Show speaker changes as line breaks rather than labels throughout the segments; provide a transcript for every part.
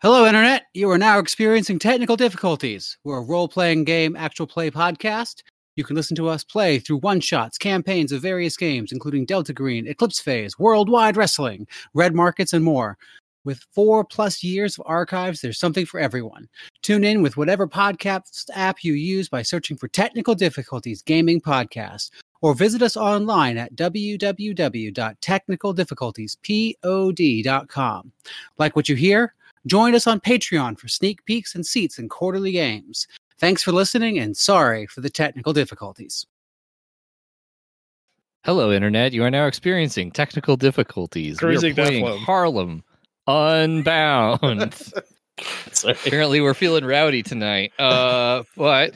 Hello, Internet. You are now experiencing technical difficulties. We're a role playing game, actual play podcast. You can listen to us play through one shots, campaigns of various games, including Delta Green, Eclipse Phase, Worldwide Wrestling, Red Markets, and more. With four plus years of archives, there's something for everyone. Tune in with whatever podcast app you use by searching for Technical Difficulties Gaming Podcast or visit us online at www.technicaldifficultiespod.com. Like what you hear? Join us on Patreon for sneak peeks and seats in quarterly games. Thanks for listening and sorry for the technical difficulties.
Hello, Internet. You are now experiencing technical difficulties.
Cruising
we are
down
playing
Flum.
Harlem Unbound.
Sorry.
Apparently, we're feeling rowdy tonight. Uh, but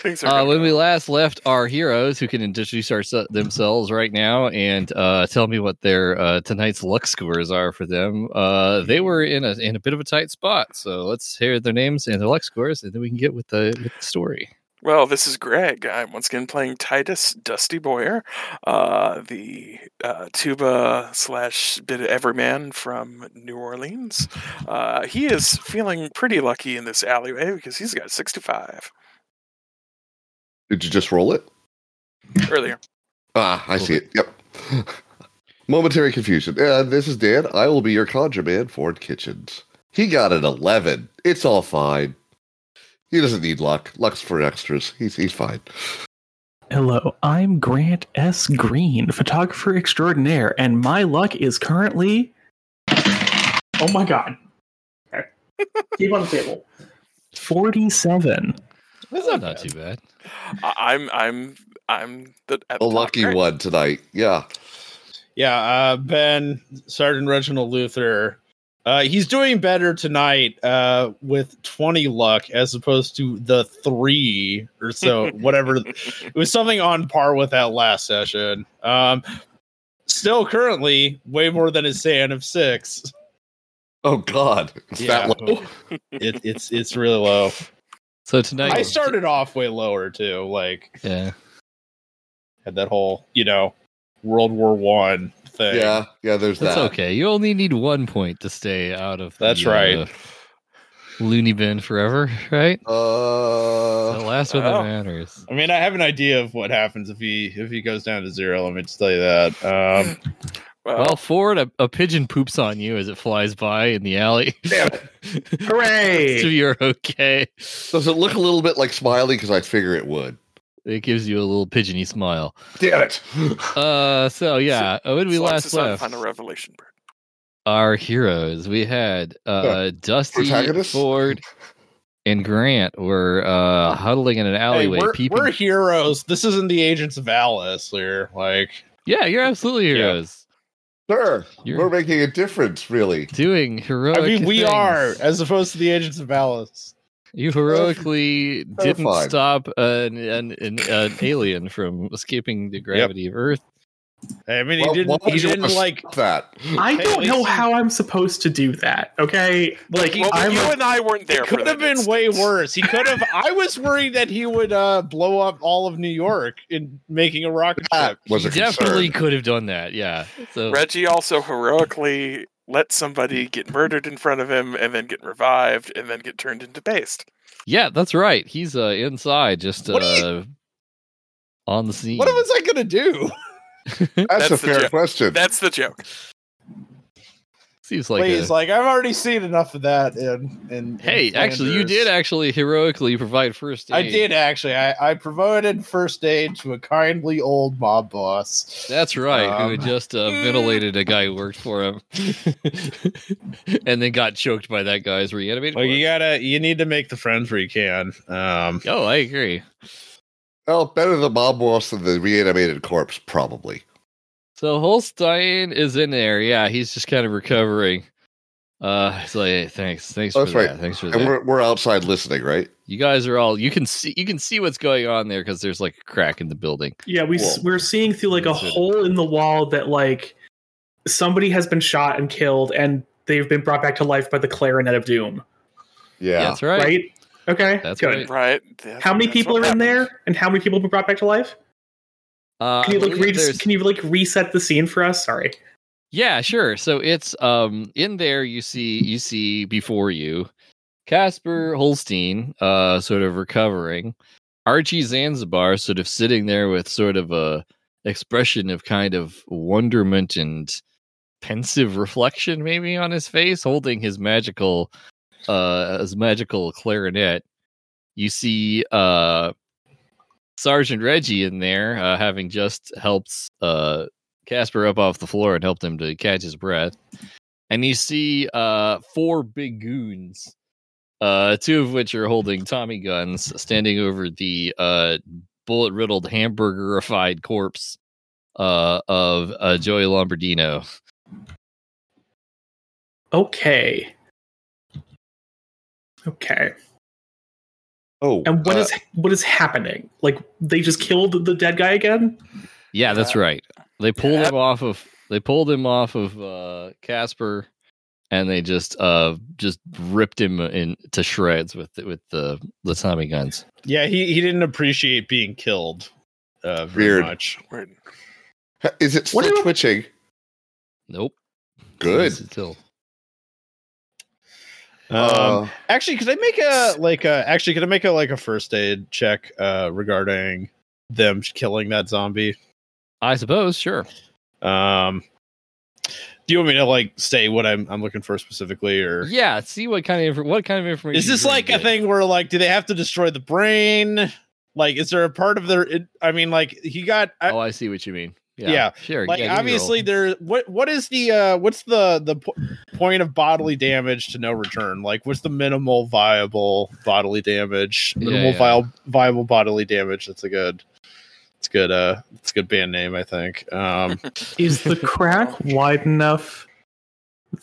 Things are
uh,
going
when we
well.
last left our heroes, who can introduce our, themselves right now and uh, tell me what their uh, tonight's luck scores are for them, uh, they were in a in a bit of a tight spot. So let's hear their names and their luck scores, and then we can get with the, with the story.
Well, this is Greg. I'm once again playing Titus Dusty Boyer, uh, the uh, tuba slash bit of everyman from New Orleans. Uh, he is feeling pretty lucky in this alleyway because he's got 65
Did you just roll it?
earlier.
Ah, I see it. Yep. Momentary confusion. Uh, this is Dan. I will be your conjure man for kitchens. He got an eleven. It's all fine. He doesn't need luck. Luck's for extras. He's he's fine.
Hello, I'm Grant S. Green, photographer extraordinaire, and my luck is currently. Oh my god. Okay. Keep on the table. 47.
That's not, not too bad.
I- I'm I'm I'm the, at
The
top,
lucky
right?
one tonight. Yeah.
Yeah, uh, Ben, Sergeant Reginald Luther. Uh, he's doing better tonight uh, with 20 luck as opposed to the three or so, whatever. it was something on par with that last session. Um, still currently way more than his sand of six.
Oh God. It's
Yeah.
that low.
It, it's it's really low.
So tonight,
I started off way lower too. Like
Yeah.
had that whole you know World War One thing.
Yeah. Yeah. There's
That's
that.
okay. You only need one point to stay out of.
That's
the,
right.
uh, loony bin forever, right? The
Uh.
last one that
Oh.
matters.
I mean, I have an idea of what happens if he if he goes down to zero. Let me just tell you that. Um,
Well,
Well, Ford, a, a pigeon poops on you as it flies by in the alley.
Damn
so
Hooray!
you're okay.
Does it look a little bit like Smiley? Because I figure it would.
It gives you a little pigeony smile.
Damn it.
Uh, so yeah, when we
as long as
last
it's not
left,
Final Revelation Bird.
our heroes, we had uh, Dusty,
Protagonist?
Ford, and Grant were uh, huddling in an
hey,
alleyway.
we're,
peeping-
we're heroes. This isn't the Agents of Alice. Here, like
yeah, you're absolutely
Yeah.
heroes.
Sure.
You're-
We're making a difference, really.
Doing heroic.
I mean, we
things.
are as opposed to the Agents of Alice.
You heroically didn't
Terrifying.
stop an an, an, an alien from escaping the gravity of Earth.
I mean,
Well,
he
why
didn't.
would
He
you
didn't
wanna
like.
stop that.
I
Hey, at
don't know
least-
how I'm supposed to do that, okay? Like,
Well,
I'm
you
a-
and I weren't there.
It
for
could have
that
been way
instance.
worse. He could have. I was worried that he would uh, blow up all of New York in making a rocket
That
ship.
was a
Definitely
concern.
could have done that. Yeah. So
Reggie also heroically let somebody get murdered in front of him and then get revived and then get turned into paste.
yeah, that's right. He's uh, inside, just
What are you-
uh, on the scene.
What was I gonna do?
That's,
That's
a
the
fair
joke.
question.
That's the joke.
Seems like,
Please,
a-
like I've already seen enough of that. In, in, in
hey, actually, you
Flanders.
did actually heroically provide first aid.
I did actually. I, I provided first aid to a kindly old mob boss.
That's right. who had
Um,
just uh, ventilated a guy who worked for him, and then got choked by that guy's reanimated.
like
corpse.
you gotta. You need to make the friends where you can. Um,
Oh, I agree.
Well, better the mob boss than the reanimated corpse, probably.
So Holstein is in there. Yeah, he's just kind of recovering. Uh, it's like, hey, thanks, thanks
Oh,
for
that's right.
that. Thanks for
And
that.
we're, we're outside listening, right?
You guys are all you can see. You can see what's going on there because there's like a crack in the building.
Yeah, we s-
Whoa.
we're seeing through like a
Listen.
hole in the wall that like somebody has been shot and killed, and they've been brought back to life by the clarinet of doom.
Yeah.
That's right.
Right? Okay.
That's right.
Right. That-
How many
that's
people
what
are
happened.
in there, and how many people were brought back to life?
Uh,
Can you
I
like
believe
re-
there's-
can you like reset the scene for us? Sorry.
Yeah, sure. So it's um in there you see you see before you Casper Holstein uh sort of recovering. Archie Zanzibar sort of sitting there with sort of a expression of kind of wonderment and pensive reflection maybe on his face holding his magical uh his magical clarinet. You see uh Sergeant Reggie in there uh, having just helped uh Casper up off the floor and helped him to catch his breath. And you see uh, four big goons, uh, two of which are holding Tommy guns, standing over the uh, bullet riddled hamburgerified corpse uh, of uh, Joey Lombardino.
Okay. Okay.
Oh,
And what
uh,
is what is happening? Like they just killed the dead guy again?
Yeah, that's right. They pulled
Yeah.
him off of they pulled him off of uh, Casper, and they just uh, just ripped him in to shreds with with the the Tommy guns.
Yeah, he, he didn't appreciate being killed uh, very
Weird.
much.
Weird.
is it still
What do you-
twitching?
Nope.
Good.
Yes, Still.
Um,
Uh,
actually, could I make a like a actually could I make a like a first aid check uh, regarding them killing that zombie?
I suppose, sure.
Um, do you want me to like say what I'm I'm looking for specifically, or
Yeah, see what kind of infor- what kind of information
is this
you
like a
get.
thing where like do they have to destroy the brain? Like, is there a part of their? It, I mean, like he got. I,
oh, I see what you mean. Yeah,
Yeah,
sure.
like
yeah, give me a
obviously
roll.
there what what is the uh what's the the po- point of bodily damage to no return like what's the minimal viable bodily damage
Yeah,
minimal
yeah.
viable viable bodily damage that's a good it's good uh it's a good band name i think um
Is the crack wide enough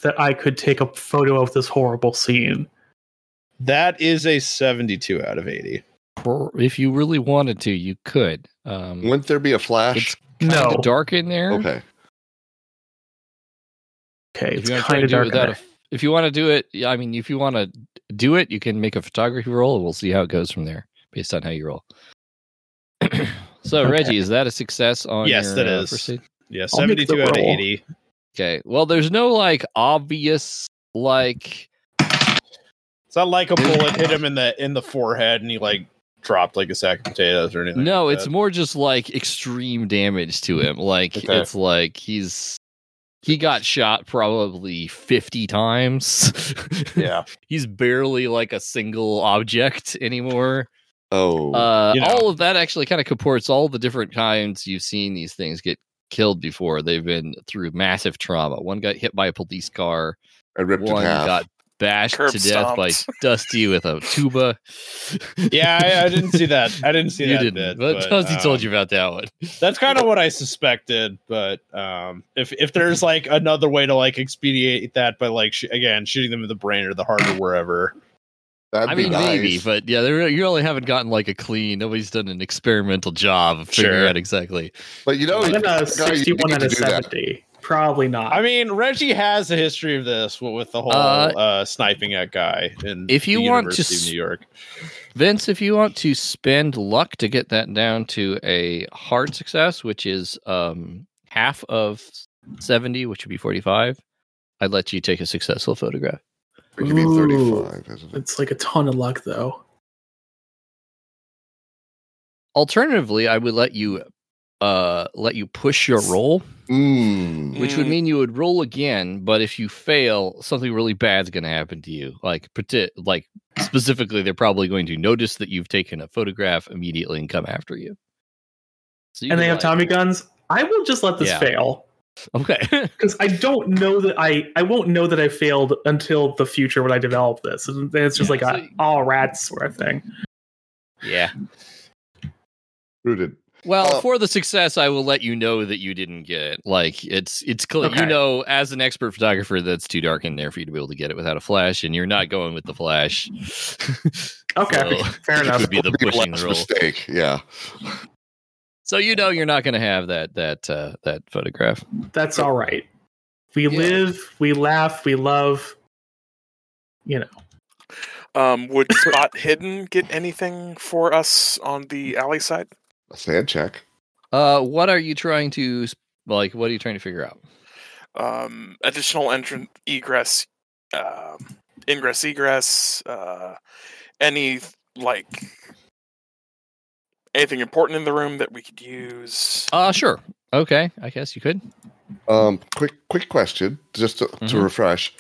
that I could take a photo of this horrible scene?
that is a 72 out of 80
Pro- if you really wanted to, you could. Um,
wouldn't there be a
it's
flash?
kinda
No.
dark in there.
Okay.
Okay,
If
it's
you want to
kind
do
of dark.
it
in
without
there.
a, if you want to do it, yeah, I mean, if you want to do it, you can make a photography roll, and we'll see how it goes from there based on how you roll. so,
Okay.
Reggie, is that a success on
Yes,
your,
that
uh,
is.
first aid?
yeah
I'll make the
72 out of
roll.
80
Okay. Well, there's no like obvious like
it's not like a bullet hit him in the in the forehead and he like dropped like a sack of potatoes or anything
No,
like
it's
that.
more just like extreme damage to him. Like
Okay.
it's like he's he got shot probably 50 times.
yeah
he's barely like a single object anymore.
Oh,
Uh
You know.
all of that actually kind of comports all the different times you've seen these things get killed before. They've been through massive trauma. One got hit by a police car,
I ripped in
one
half.
got bashed
Curb
to death by
stomped.
Dusty with a tuba.
yeah I, I didn't see that i didn't see
you
that
didn't.
bit,
but, Dusty
um,
told you about that one.
That's kind of what I suspected, but um, if if there's like another way to like expedite that by like sh- again shooting them in the brain or the heart or wherever,
That'd
I
be
mean,
nice.
maybe, but yeah, they're, you really haven't gotten like a clean. Nobody's done an experimental job of figuring
Sure.
out exactly.
But Oh, you know,
I'm
guy,
gonna
you
61
need
out
to
of
do that.
70. Probably not.
I mean Reggie has a history of this w- with the whole
Uh,
uh, sniping at guy in
if you
the
want to
University
s-
of New York.
Vince, if you want to spend luck to get that down to a hard success, which is um, half of 70, which would be 45, I'd let you take a successful photograph.
It could be
Ooh.
35, isn't it?
it's like a ton of luck though.
Alternatively, I would let you uh let you push your roll
Mm.
which would
Mm.
mean you would roll again but if you fail something really bad's going to happen to you like parti- like specifically they're probably going to notice that you've taken a photograph immediately and come after you so you
and they have
could, like-
Tommy guns. I will just let this
Yeah.
fail
okay
because I don't know that I I won't know that I failed until the future when I develop this. And it's just
Yeah,
like a
so-
all rats sort of thing.
yeah
Rooted.
well
Uh,
for the success i will let you know that you didn't get it like it's it's clear you
Okay.
know as an expert photographer that's too dark in there for you to be able to get it without a flash and you're not going with the flash
Okay,
So-
fair enough.
would be the
It'd
pushing
last
roll.
mistake. Yeah.
so you know you're not going to have that that uh, that photograph
That's all right. We
Yeah.
live, we laugh, we love. You know,
Um, would Spot Hidden get anything for us on the alley side?
A sand check.
Uh, what are you trying to s- like? What are you trying to figure out?
um, additional entrance egress, uh, ingress egress, uh, any like anything important in the room that we could use.
Uh sure. Okay, I guess you could.
Um, quick, quick question, just to, to
Mhm.
refresh.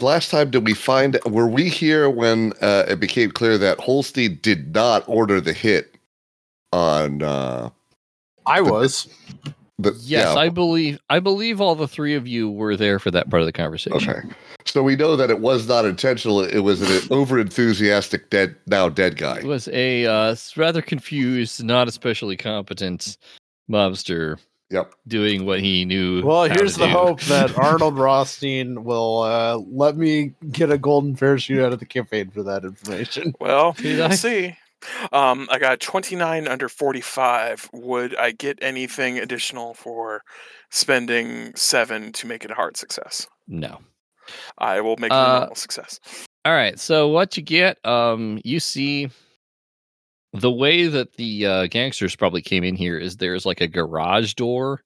Last time, did we find were we here when uh, it became clear that Holstein did not order the hit on uh,
I was.
the?
Yes, I believe I believe all the three of you were there for that part of the conversation.
okay. So we know that it was not intentional. It was an over enthusiastic dead now dead guy.
It was a uh, rather confused, not especially competent mobster
Yep.
doing what he knew.
Well,
how to
here's the
do.
hope that Arnold Rothstein will uh, let me get a golden parachute out of the campaign for that information.
Well,
Did
we'll
I?
see. Um, I got 29 under 45. Would I get anything additional for spending seven to make it a hard success?
no.
I will make it
Uh,
a normal success.
All right. So what you get, um, you see the way that the uh, gangsters probably came in here is there's like a garage door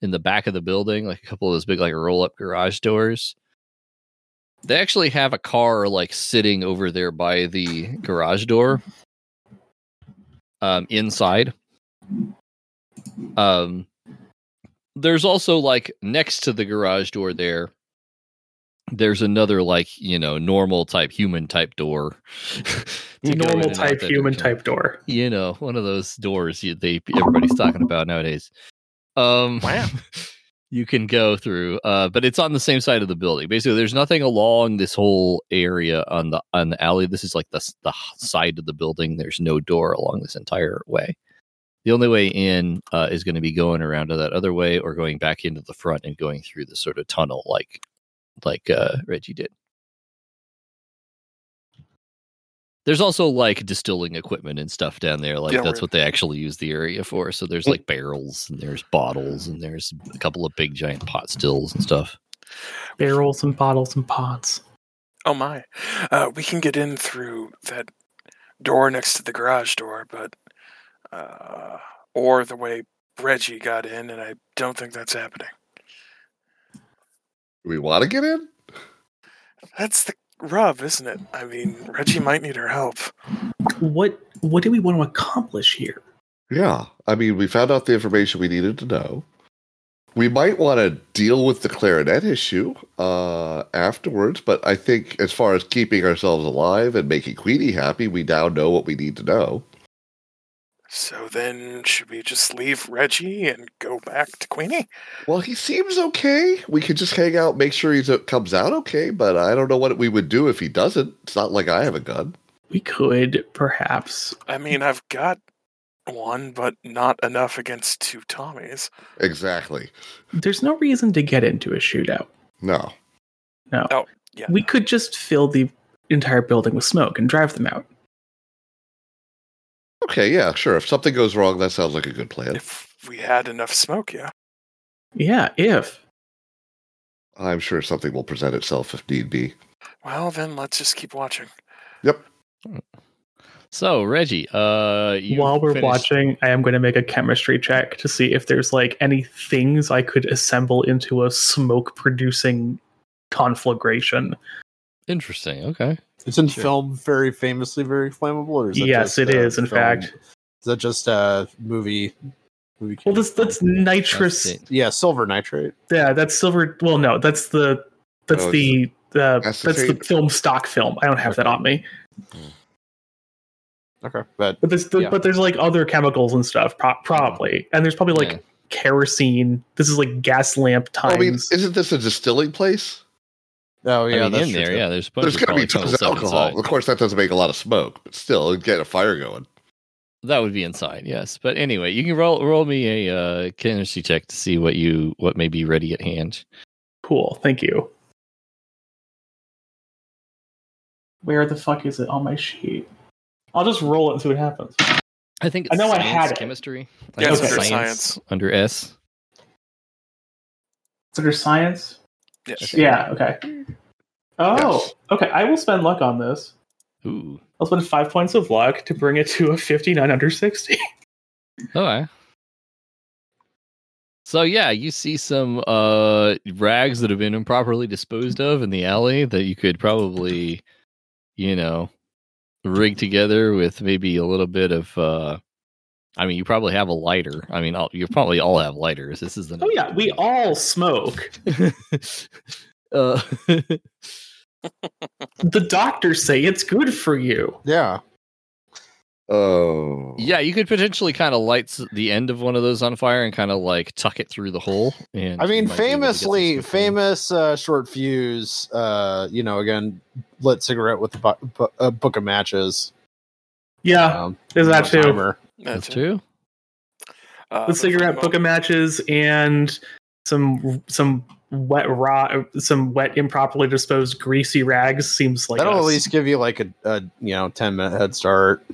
in the back of the building, like a couple of those big like roll up garage doors. They actually have a car like sitting over there by the garage door. Um, inside. Um, there's also like next to the garage door there there's another like you know normal type human type door to go in
Normal
and out
type,
that
human
direction.
type door.
you know one of those doors you, they everybody's talking about nowadays um
Wow.
you can go through uh but it's on the same side of the building basically there's nothing along this whole area on the on the alley this is like the, s- the h- side of the building there's no door along this entire way the only way in uh, is going to be going around to that other way or going back into the front and going through the sort of tunnel like like uh reggie did there's also like distilling equipment and stuff down there like
Yeah,
that's
we're-
what they actually use the area for so
Mm.
there's like barrels and there's bottles and there's a couple of big giant pot stills and stuff
Barrels and bottles and pots.
Oh my. Uh, we can get in through that door next to the garage door, but. Uh, or the way Reggie got in, and I don't think that's happening.
Do we want to get in?
That's the rub, isn't it? I mean, Reggie might need our help.
What what do we want to accomplish here?
Yeah. I mean, we found out the information we needed to know. We might want to deal with the clarinet issue uh, afterwards, but I think as far as keeping ourselves alive and making Queenie happy, we now know what we need to know.
So then, should we just leave Reggie and go back to Queenie?
Well, he seems okay. We could just hang out, make sure he comes out okay, but I don't know what we would do if he doesn't. It's not like I have a gun.
We could perhaps
I mean, I've got one, but not enough against two Tommies.
Exactly.
there's no reason to get into a shootout.
No.
No.
Oh, yeah.
We could just fill the entire building with smoke and drive them out.
Okay, yeah, sure. If something goes wrong, that sounds like a good plan.
If we had enough smoke, yeah.
Yeah, if.
I'm sure something will present itself if need be.
Well, then let's just keep watching.
so reggie uh you
While we're
finished-
watching, I am going to make a chemistry check to see if there's like any things I could assemble into a smoke producing conflagration.
interesting okay
It's in
Sure.
film very famously very flammable, or is that
Yes,
just,
it
uh,
is, in
film-
fact.
Is that just a movie? movie
Well, that's that's
Oh,
nitrous.
That's it.
yeah, silver nitrate.
Yeah, that's silver. Well, no, that's the that's
Oh,
the uh, that's
that's the
the
tape.
film stock film. I don't have that on me.
Okay, but
But there's the,
Yeah.
but there's like other chemicals and stuff pro- probably, and there's probably like
Yeah.
kerosene. This is like gas lamp times.
I mean, isn't this a distilling place?
oh
I
yeah,
mean,
that's
in
true,
there
too.
yeah there's a bunch
There's
of
going to be
probably
tons of
tunnel stuff
alcohol.
inside.
Of course, that doesn't make a lot of smoke, but still, it'd get a fire going.
That would be inside, yes. But anyway, you can roll roll me a uh, chemistry check to see what you what may be ready at hand.
cool. Thank you. Where the fuck is it on my sheet? I'll just roll it and see what happens.
I think
I
it's
know I
science,
had it.
chemistry.
Yeah,
it's
think
under
science.
under S.
It's under science.
Yes.
Yeah. Okay. Oh.
Yes.
Okay. I will spend luck on this.
Ooh.
I'll spend five points of luck to bring it to a fifty-nine under sixty.
Oh, I. So yeah, you see some uh rags that have been improperly disposed of in the alley that you could probably, you know, rig together with maybe a little bit of uh I mean, you probably have a lighter. I mean, all, you probably all have lighters. This is the
Oh yeah, we all smoke.
uh
The doctors say it's good for you.
Yeah.
Oh.
yeah, you could potentially kind of light s- the end of one of those on fire and kind of like tuck it through the hole. And
I mean,
you might be able to get some
famously,
stuff going.
famous uh, short fuse. Uh, you know, again, lit cigarette with a, bu- bu- a book of matches.
Yeah,
Um,
there's Ah, that too.
timer.
That's true.
Uh, but
The
for
cigarette
mo-
book of matches and some some wet rot, some wet improperly disposed greasy rags seems like
That'll
us.
at least give you like a, a you know ten minute head start.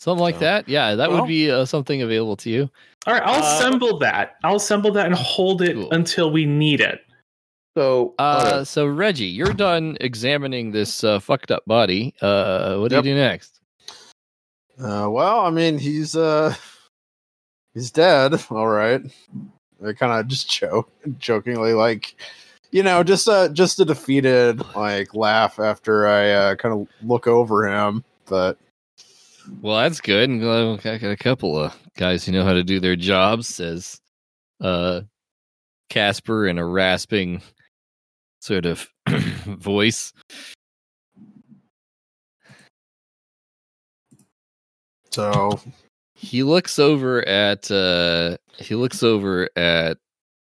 Something like
So-
that. Yeah, that
Well-
would be uh, something available to you.
All right, I'll
Uh,
assemble that. I'll assemble that and hold it
Cool.
until we need it.
So
Uh, so Reggie, you're done examining this uh, fucked up body. Uh, what do
Yep.
you do next?
Uh, well, I mean, he's uh, he's dead. All right. I kind of just joke, jokingly, like, you know, just uh, just a defeated like laugh after I uh, kind of look over him. But
Well, that's good. And uh, I got a couple of guys who know how to do their jobs. Says uh, Casper in a rasping sort of voice.
so
He looks over at uh, he looks over at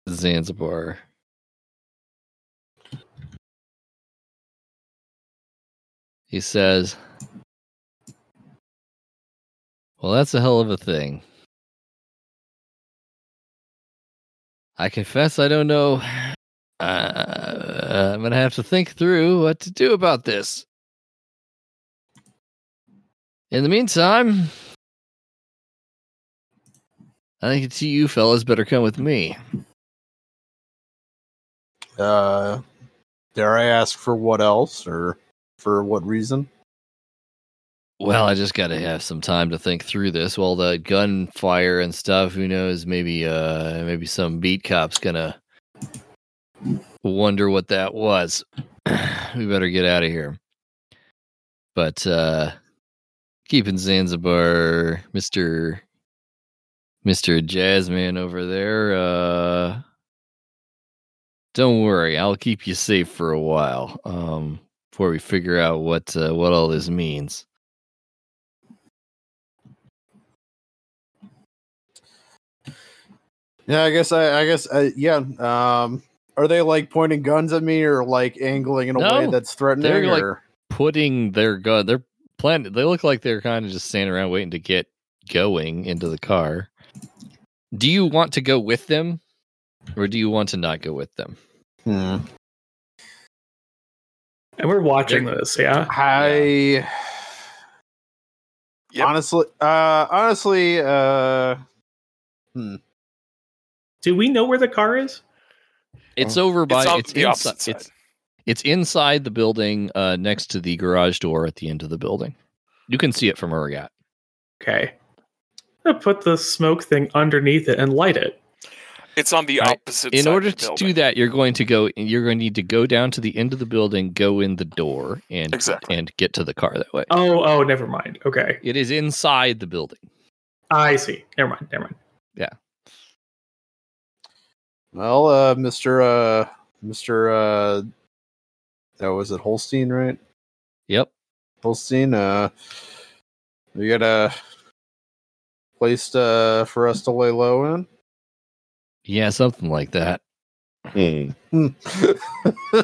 Zanzibar. He says, "Well, that's a hell of a thing. I confess I don't know. Uh, I'm gonna have to think through what to do about this. In the meantime." I think it's you fellas better come with me.
Uh, dare I ask for what else or for what reason?
Well, I just gotta have some time to think through this. While the gunfire and stuff, who knows? Maybe, uh, maybe some beat cop's gonna wonder what that was. we better get out of here. But uh, keeping Zanzibar, Mister Mister Jazzman over there. Uh, don't worry, I'll keep you safe for a while. Um, before we figure out what uh, what all this means.
Yeah, I guess I, I guess I, yeah. Um, are they like pointing guns at me or like angling in a way
No,
that's threatening?
they're, like,
or-
putting their gun. They're planning. They look like they're kind of just standing around waiting to get going into the car. Do you want to go with them, or do you want to not go with them?
Hmm.
And we're watching this, yeah.
I
Yep.
honestly, uh, honestly, uh,
Do we know where the car is?
It's over
It's,
by.
on
It's,
the
inside.
opposite side.
It's it's inside the building, uh, next to the garage door at the end of the building. You can see it from where we at.
Okay. i put the smoke thing underneath it and light it.
It's on the
All right.
opposite
in
side
order
of the
to do
building.
that, you're going to go. You're going to need to go down to the end of the building, go in the door, and
Exactly.
and get to the car that way.
Oh, oh, never mind. Okay. Ah,
It is inside the building.
I see. Never mind. Never mind.
well, uh, Mister, uh, Mister, uh, that was it, Holstein, right?
Yep.
Holstein, uh, you got a place uh, for us to lay low in?
Yeah, something like that.
Hmm.
Hmm.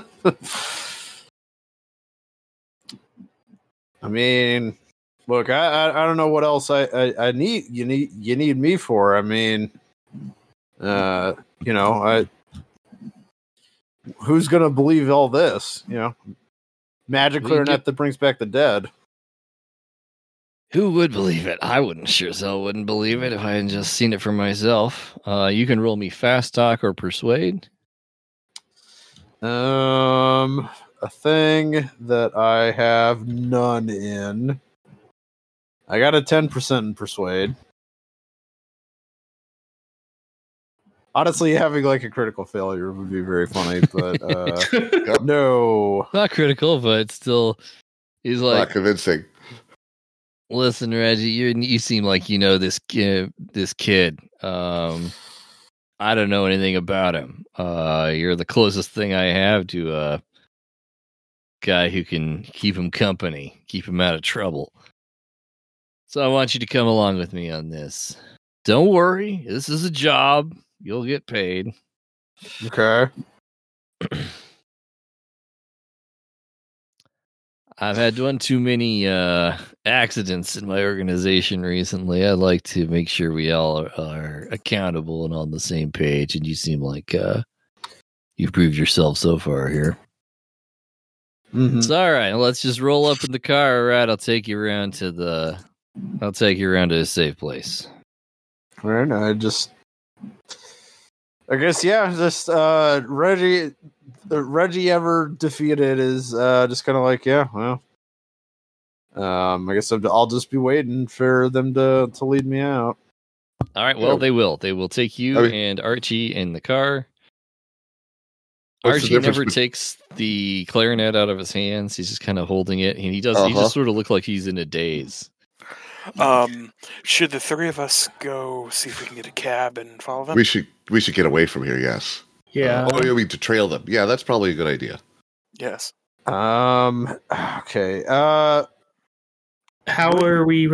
I mean, look, I, I I don't know what else I, I I need you need you need me for. I mean, uh, you know, I who's gonna believe all this? You know, magic
We can
clarinet
get-
that brings back the dead.
Who would believe it? I wouldn't sure as hell wouldn't believe it if I had just seen it for myself. Uh, you can roll me fast talk or persuade.
Um, a thing that I have none in. I got a ten percent in persuade.
honestly, having like a critical failure would be very funny, but uh, no.
Not critical, but still, he's
Not
like,
convincing.
listen, Reggie, you you seem like you know this kid. This kid. Um, I don't know anything about him. Uh, you're the closest thing I have to a guy who can keep him company, keep him out of trouble. So I want you to come along with me on this. Don't worry, this is a job. You'll get paid.
Okay.
I've had one too many uh, accidents in my organization recently. I'd like to make sure we all are, are accountable and on the same page. And you seem like uh, you've proved yourself so far here.
Mhm.
Mm-hmm.
It's all right. Let's just roll up in the car. All right, I'll take you around to the. I'll take you around to a safe place.
All right. I just, I guess, yeah. Just uh, Reggie, the Reggie ever defeated is uh, just kind of like, yeah, well. Um, I guess I'm, I'll just be waiting for them to to lead me out.
All right. Well, they will. They will take you
I mean-
and Archie in the car.
What's
Archie
the difference
never
bet-
takes the clarinet out of his hands. He's just kind of holding it, and he does. He
Uh-huh.
just sort of look like he's in a daze.
Um, should the three of us go see if we can get a cab and follow them?
We should we should get away from here. Yes.
Yeah.
Oh, you mean to trail them? Yeah, that's probably a good idea.
yes.
Um. Okay. Uh.
How are we?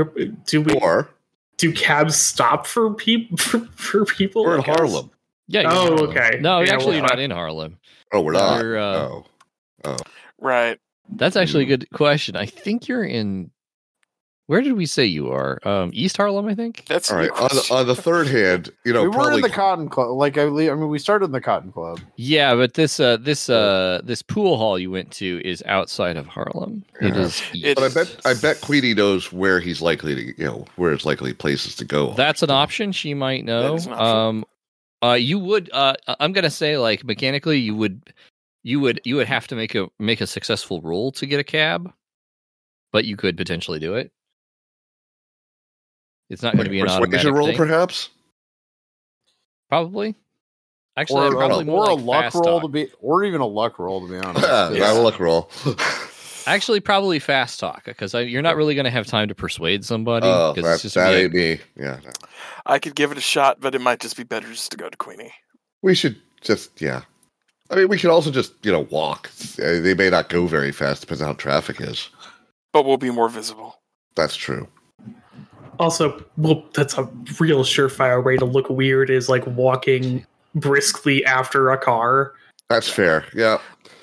Do we?
Or
Do cabs stop for people? For, for people?
we're in
I guess?
Harlem.
Yeah. you're in
Oh,
Harlem.
okay.
No,
Yeah,
actually,
well,
you're not
I-
in Harlem.
Oh, we're not.
You're, uh,
oh,
Right.
That's actually
Mm-hmm.
a good question. I think you're in. Where did we say you are? Um, East Harlem, I think.
That's a
all
good
right. On the,
question.
on the third hand, you know,
we were in
probably
the Cotton Club. Like I, le- I mean, we started in the Cotton Club.
Yeah, but this uh, this uh, this pool hall you went to is outside of Harlem. It
Yeah.
is.
It-
But I bet I bet Queenie knows where he's likely to you know where his likely places to go.
That's an option she might know.
is an option.
Um uh you would uh I- I'm going to say like mechanically you would you would you would have to make a make a successful roll to get a cab, but you could potentially do it. It's not going to be an automatic
persuasion roll,
thing,
perhaps.
probably. Actually,
or
I'd probably
a,
more
or a
like
luck
fast
roll
talk.
to be, or even a luck roll to be honest.
Ah,
Yeah.
Not a luck roll.
Actually, probably fast talk because you're not really going to have time to persuade somebody
Oh,
because
that,
it's just gonna
that
be like,
ain't me. Yeah, no.
I could give it a shot, but it might just be better just to go to Queenie.
we should just yeah. I mean, we could also just you know walk. Uh, They may not go very fast, depends on how traffic is.
But we'll be more visible.
That's true.
Also, well, that's a real surefire way to look weird. Is like walking briskly after a car.
That's fair. Yeah.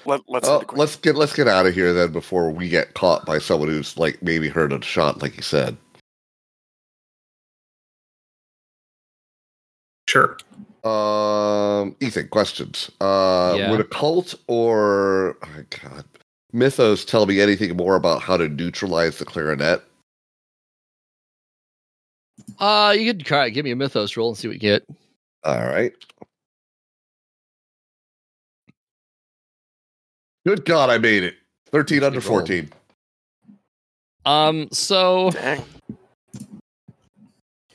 Let, let's go
Oh,
to Queenie.
let's get let's get out of here then before we get caught by someone who's like maybe heard a shot, like you said.
Sure.
Um, Ethan, questions. Uh,
Yeah.
Would a cult or oh, God mythos tell me anything more about how to neutralize the clarinet?
Uh, you could try give me a mythos roll and see what you get.
All right. Good God, I made it. Thirteen under
Good roll.
fourteen.
Um, so
Dang.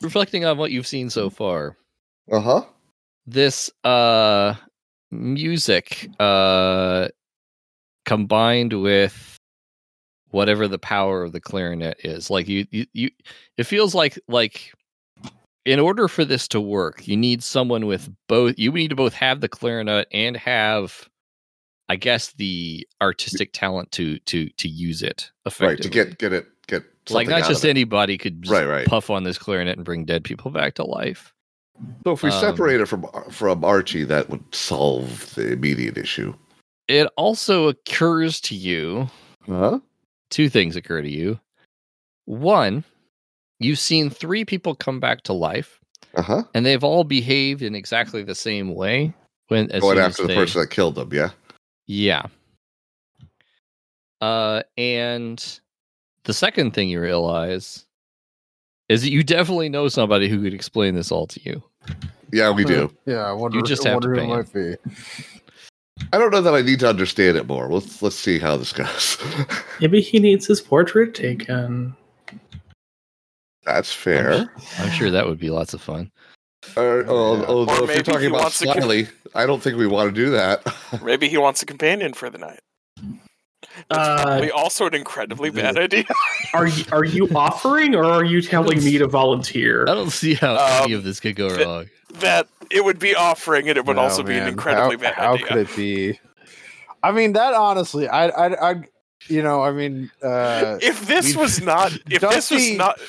reflecting on what you've seen so far,
Uh huh.
this uh music uh combined with whatever the power of the clarinet is like you you, you it feels like like in order for this to work you need someone with both you need to both have the clarinet and have i guess the artistic talent to to to use it effectively
Right to get get it get
like
something
not
out
just
of it.
anybody could just
Right, right.
puff on this clarinet and bring dead people back to life
So if we
um,
separate it from from Archie, that would solve the immediate issue.
it also occurs to you
Huh?
two things occur to you. One, you've seen three people come back to life,
Uh huh.
and they've all behaved in exactly the same way. When as
Going
soon
after
as
the
they-
person that killed them. Yeah.
yeah. Uh, and the second thing you realize is that you definitely know somebody who could explain this all to you.
Yeah, we do.
Yeah, I wonder.
You just
I
have
wonder
to
who
pay
it might be.
I don't know that I need to understand it more. Let's let's see how this goes.
Maybe he needs his portrait taken.
That's fair.
I'm sure that would be lots of fun.
Or, oh, although if
maybe
you're
he
talking about
wants to con-
Smiley, I don't think we want to do that.
Maybe he wants a companion for the night.
Uh,
We also an incredibly bad idea.
are you, are you offering or are you telling me to volunteer?
I don't see how any
Um,
of this could go
th-
wrong.
That it would be offering, and it would
No,
also be an
man.
incredibly
how,
bad
how
idea.
could it be? I mean, that honestly, I, I, I you know, I mean, uh,
if this
we-
was not, if this was
Dusty-
not,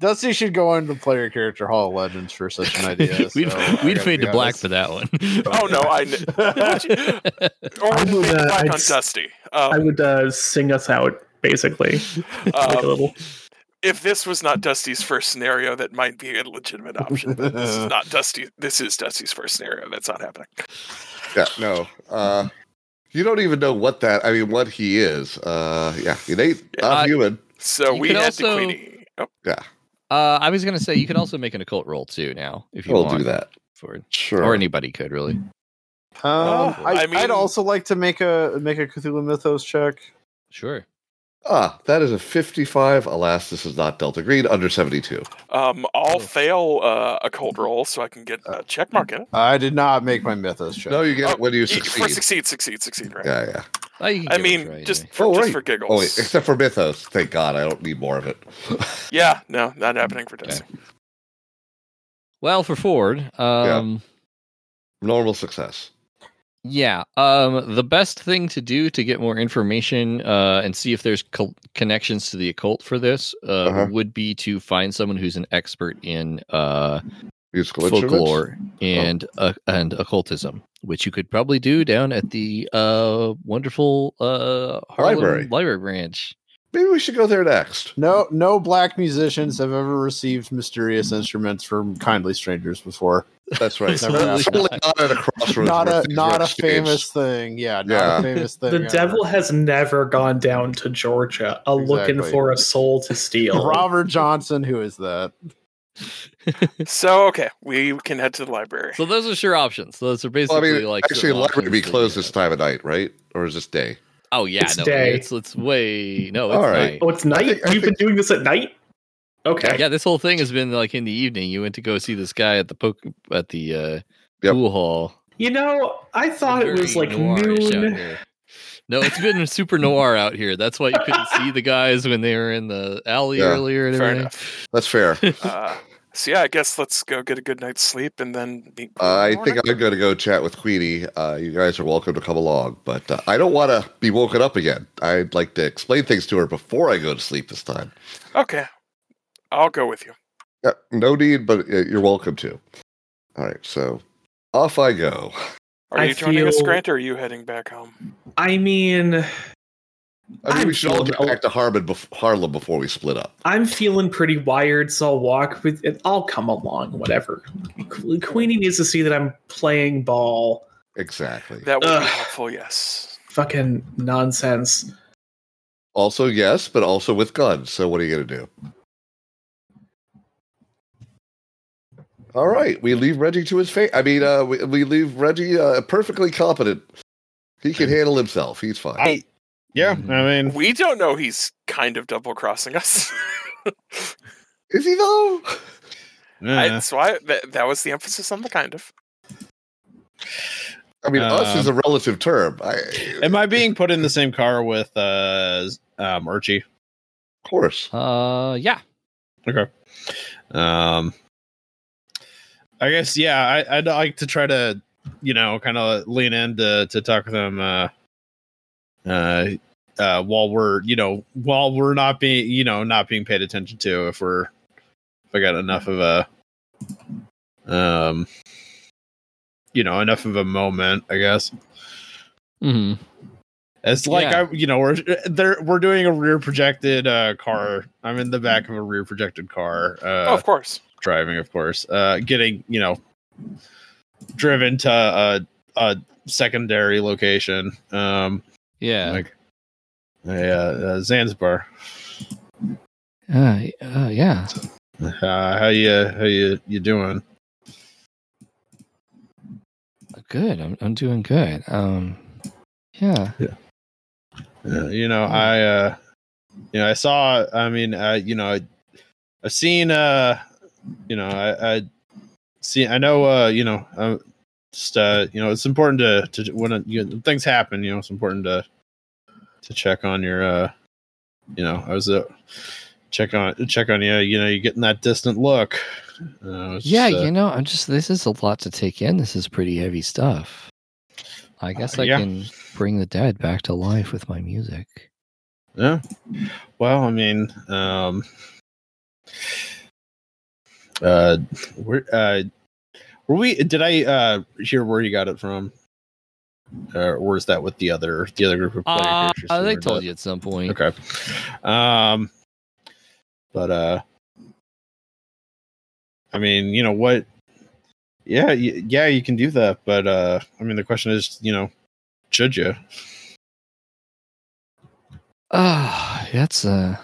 Dusty should go into player character Hall of Legends for such an idea.
we'd
so I
we'd
gotta
fade
be
to black
honest.
for that one.
oh no, I kn- or
I would,
maybe
uh,
black
I'd
on
s-
Dusty.
I
Um,
would uh, sing us out, basically. like a
um,
little.
if this was not Dusty's first scenario, that might be a legitimate option. But this
Uh.
is not Dusty. This is Dusty's first scenario. That's not happening.
yeah, no. Uh, you don't even know what that. I mean, what he is. Uh, yeah, it ain't not
Uh,
human.
So
You
we
could
had to
also-
Queenie. Oh,
Uh, I was gonna say you can also make an occult roll too now if you
We'll
want.
do that.
for-
Sure.
or anybody could really.
Um,
Oh,
I,
I
I
mean-
would also like to make a make a Cthulhu Mythos check.
Sure.
ah, that is a 55. Alas, this is not Delta Green under 72.
um, I'll
Oh.
fail uh, a cold roll so I can get
Uh,
a check mark in it.
I did not make my Mythos check.
No, you get it when you
Each- for
succeed.
succeed, succeed, succeed. Right.
Yeah, yeah.
Oh, you can
I
give it a
mean,
try
just
anyway.
for,
Oh,
just
right.
for giggles.
Oh, wait, except for Mythos. Thank God, I don't need more of it.
yeah, no, not happening for Dusty.
well for Ford. Um,
Normal success.
Yeah. Um, the best thing to do to get more information uh, and see if there's co- connections to the occult for this uh,
Uh-huh.
would be to find someone who's an expert in uh,
Musical instruments.
folklore
Oh.
and uh, and occultism, which you could probably do down at the uh, wonderful uh, Harlem
Library.
library branch.
Maybe we should go there next.
No, no black musicians have ever received mysterious instruments from kindly strangers before.
That's right.
Never happened.
Certainly not at a crossroads.
Not
where
a
things
not
were
a
exchanged.
famous thing. Yeah, not
Yeah.
a famous thing.
The
ever.
devil has never gone down to Georgia a looking
Exactly.
for a soul to steal.
Robert Johnson, who is that?
So okay, we can head to the library.
So those are sure options. Those are
Well, I
basically
mean,
like
actually,
some
the library be
options that you
closed
have.
this time of night, right? Or is this day?
Oh yeah,
It's
no,
day.
it's it's way no. It's
All right.
night.
Oh, it's night?
think- I
You've been doing this at night? Okay.
Yeah, this whole thing has been like in the evening. You went to go see this guy at the poke at the uh,
Yep.
pool hall.
You know, I thought it was
Very
like
noirish out
noon.
here. No, it's been super noir out here. That's why you couldn't see the guys when they were in the alley
Yeah.
earlier and
Fair
everything.
enough.
That's fair.
Uh, so yeah, I guess let's go get a good night's sleep and then meet.
Uh, I think I'm going to go chat with Queenie. Uh, you guys are welcome to come along, but uh, I don't want to be woken up again. I'd like to explain things to her before I go to sleep this time.
Okay, I'll go with you.
Yeah, no need, but uh, you're welcome to. All right, so off I go.
Are
I
you joining us,
feel-
Grant, or are you heading back home?
I mean,
I mean,
I'm
we should all
feeling
get
el-
back to Harmon bef- Harlem before we split up.
I'm feeling pretty wired, so I'll walk with it. I'll come along, whatever. Que- Queenie needs to see that I'm playing ball.
Exactly.
That would be
Ugh.
helpful. Yes.
Fucking nonsense.
Also, yes, but also with guns. So, what are you going to do? All right, we leave Reggie to his fate. I mean, uh, we, we leave Reggie uh, perfectly competent. He can handle himself. He's fine.
I- Yeah,
Mhm.
I mean,
We don't know he's kind of double crossing us.
Is he though?
I,
eh.
so I, that, that was the emphasis on the kind of.
I mean, us
Um,
is a relative term. I,
am I being put in the same car with uh, um, Archie?
of course.
Uh, yeah.
Okay. Um, I guess yeah. I, I'd like to try to, you know, kind of lean in to to talk with them. Uh, uh, uh, while we're you know while we're not being you know not being paid attention to if we're if I got enough of a um you know enough of a moment I guess
hmm
it's like
Yeah.
I, you know, we're there. We're doing a rear projected uh, car. I'm in the back of a rear projected car,
oh,
uh,
of course.
driving, of course. Uh, getting you know, driven to a, a secondary location. Um,
Yeah.
like a, uh, uh, Zanzibar.
Uh, uh, yeah.
Uh, how you how you you doing?
Good. I'm I'm doing good. Um, yeah.
Uh, you know, I uh, you know, I saw. I mean, I you know, I, I've seen. Uh, you know, I, I see i know uh you know uh, just uh you know it's important to to when uh, you, things happen you know it's important to to check on your uh you know i was uh check on check on you you know you're getting that distant look uh, it's
Yeah,
just, uh,
you know, I'm just. This is a lot to take in. This is pretty heavy stuff. I guess I
Uh, yeah.
can bring the dead back to life with my music.
Yeah. Well, I mean, um, uh, where, uh, were we? Did I uh hear where you got it from? Uh, or is that with the other the other group of player
Uh,
characters?
they
were
told
dead?
you at some point.
Okay. Um, but uh, I mean, you know what? Yeah, y- yeah, you can do that, but uh, I mean, the question is, you know, should you?
Ah, that's uh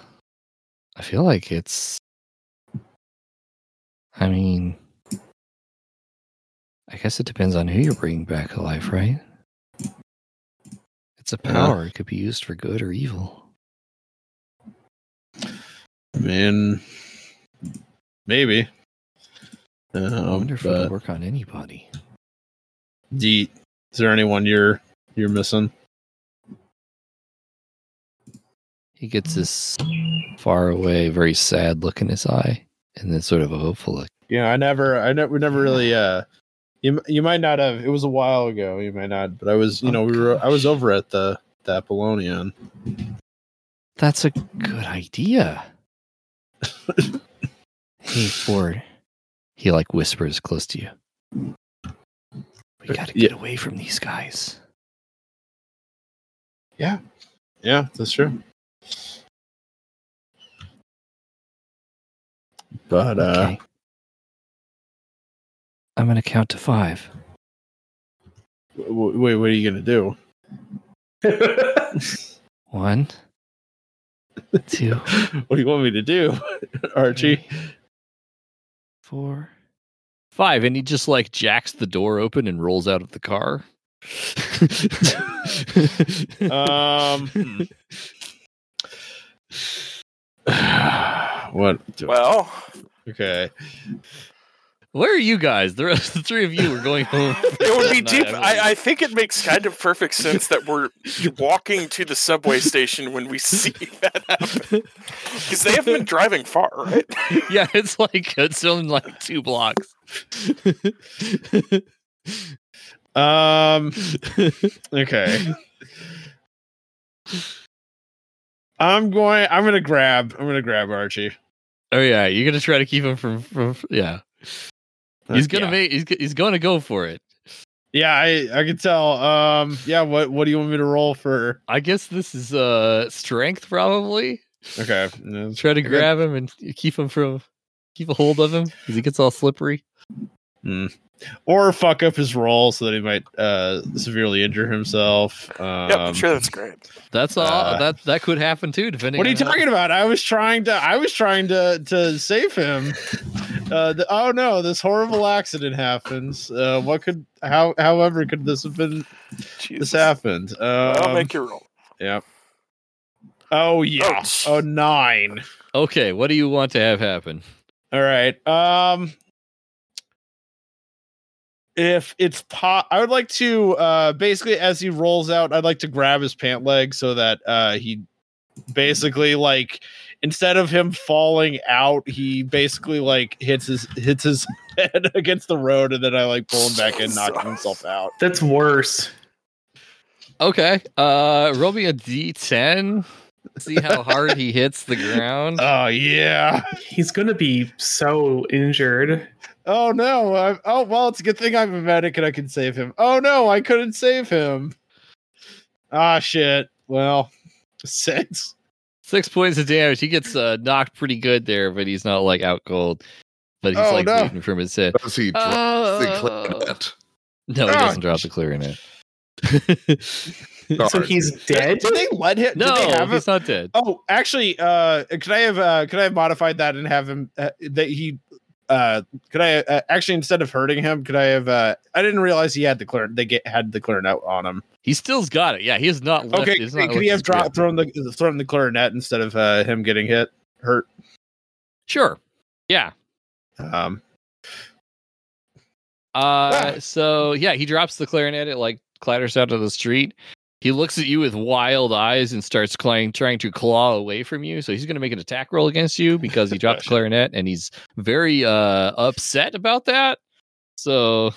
I feel like it's I mean I guess it depends on who you're bringing back alive, right? It's a
Yeah.
power. It could be used for good or evil.
I mean, maybe.
I
Um,
wonder if it would
but
work on anybody.
do you- is there anyone you're you're missing?
He gets this far away, very sad look in his eye, and then sort of a hopeful look.
Yeah, I never, I never, never really. Uh, you m- you might not have. It was a while ago. You might not. But I was, you
Oh,
know, we were. I was
gosh.
over at the the Apollonian.
That's a good idea. hey, Ford. He like whispers close to you. We gotta get away from these guys.
Yeah, that's true. But uh,
Okay. I'm gonna count to five.
w- w- wait, what are you gonna do?
One, two,
what do you want me to do, Archie?
four, five. And he just like jacks the door open and rolls out of the car.
Um, hmm. what? do I-
Well,
okay.
Where are you guys? The rest, the three of you are going home.
it would be
Not
deep.
everyone.
I, I think it makes kind of perfect sense that we're walking to the subway station when we see that happen because they haven't been driving far, right?
yeah, it's like it's only like two blocks.
Um. Okay. I'm going. I'm gonna grab. I'm gonna grab Archie.
oh yeah, you're gonna try to keep him from. from yeah, he's gonna
Uh, Yeah.
make. He's g- he's gonna go for it.
Yeah, I I can tell. Um. Yeah. What What do you want me to roll for?
I guess this is uh strength probably.
Okay.
Try to grab him and keep him from keep a hold of him because he gets all slippery.
Or fuck up his roll so that he might uh severely injure himself. Um,
Yep, sure, that's great.
That's all.
Uh,
that that could happen too. Depending.
What are you
on how-
talking about? I was trying to I was trying to to save him. Uh, the, oh no, this horrible accident happens. Uh, what could how however could this have been this
Jesus.
happened?
I'll
Um,
make your roll.
oh yeah.
Oh.
Oh nine.
Okay, what do you want to have happen?
All right. Um if it's pot I would like to uh basically as he rolls out, I'd like to grab his pant leg so that uh he basically like instead of him falling out, he basically like hits his hits his head against the road and then I like pull him back in, knocking himself out.
That's worse.
Okay, uh, roll me a d10. See how hard he hits the ground.
Oh yeah.
He's gonna be so injured.
Oh no. i oh well, it's a good thing I'm a medic and I can save him. Oh no, I couldn't save him. Ah shit. Well, six.
Six points of damage. He gets uh, knocked pretty good there, but he's not like out cold. But he's
Oh,
like
no.
bleeding from his head.
Does he drop the
Oh.
clarinet?
No, he
Ah.
doesn't drop the clarinet.
So he's dead.
Did they let him? did they
no,
have him?
he's not dead.
Oh, actually, uh, could I have uh, could I have modified that and have him uh, that he uh could I uh, actually instead of hurting him could I have uh I didn't realize he had the clarinet they get, had the clarinet on him.
He still's got it. Yeah, he has not left.
okay,
he's
could,
not
could
left
he
his
have dropped
grip.
thrown the thrown the clarinet instead of uh, him getting hit hurt?
Sure. Yeah.
Um, Ah.
Uh, so yeah, he drops the clarinet. It like clatters out to the street. He looks at you with wild eyes and starts clang, trying to claw away from you. So he's going to make an attack roll against you because he dropped the clarinet, and he's very uh upset about that. So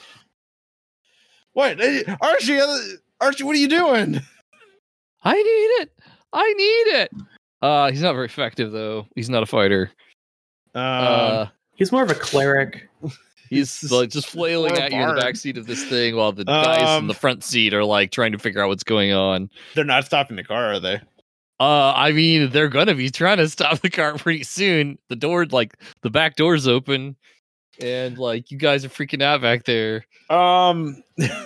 What, Hey, eh, Archie? uh, Archie, what are you doing?
I need it. I need it. Uh, he's not very effective though. He's not a fighter.
Uh,
Uh,
He's more of a cleric.
he's like just flailing
what a
at you in the
barb.
back seat of this thing, while the guys in
Um,
the front seat are like trying to figure out what's going on.
they're not stopping the car, are they?
Uh, I mean, they're gonna be trying to stop the car pretty soon. The door, like the back door's open, and like you guys are freaking out back there.
Um,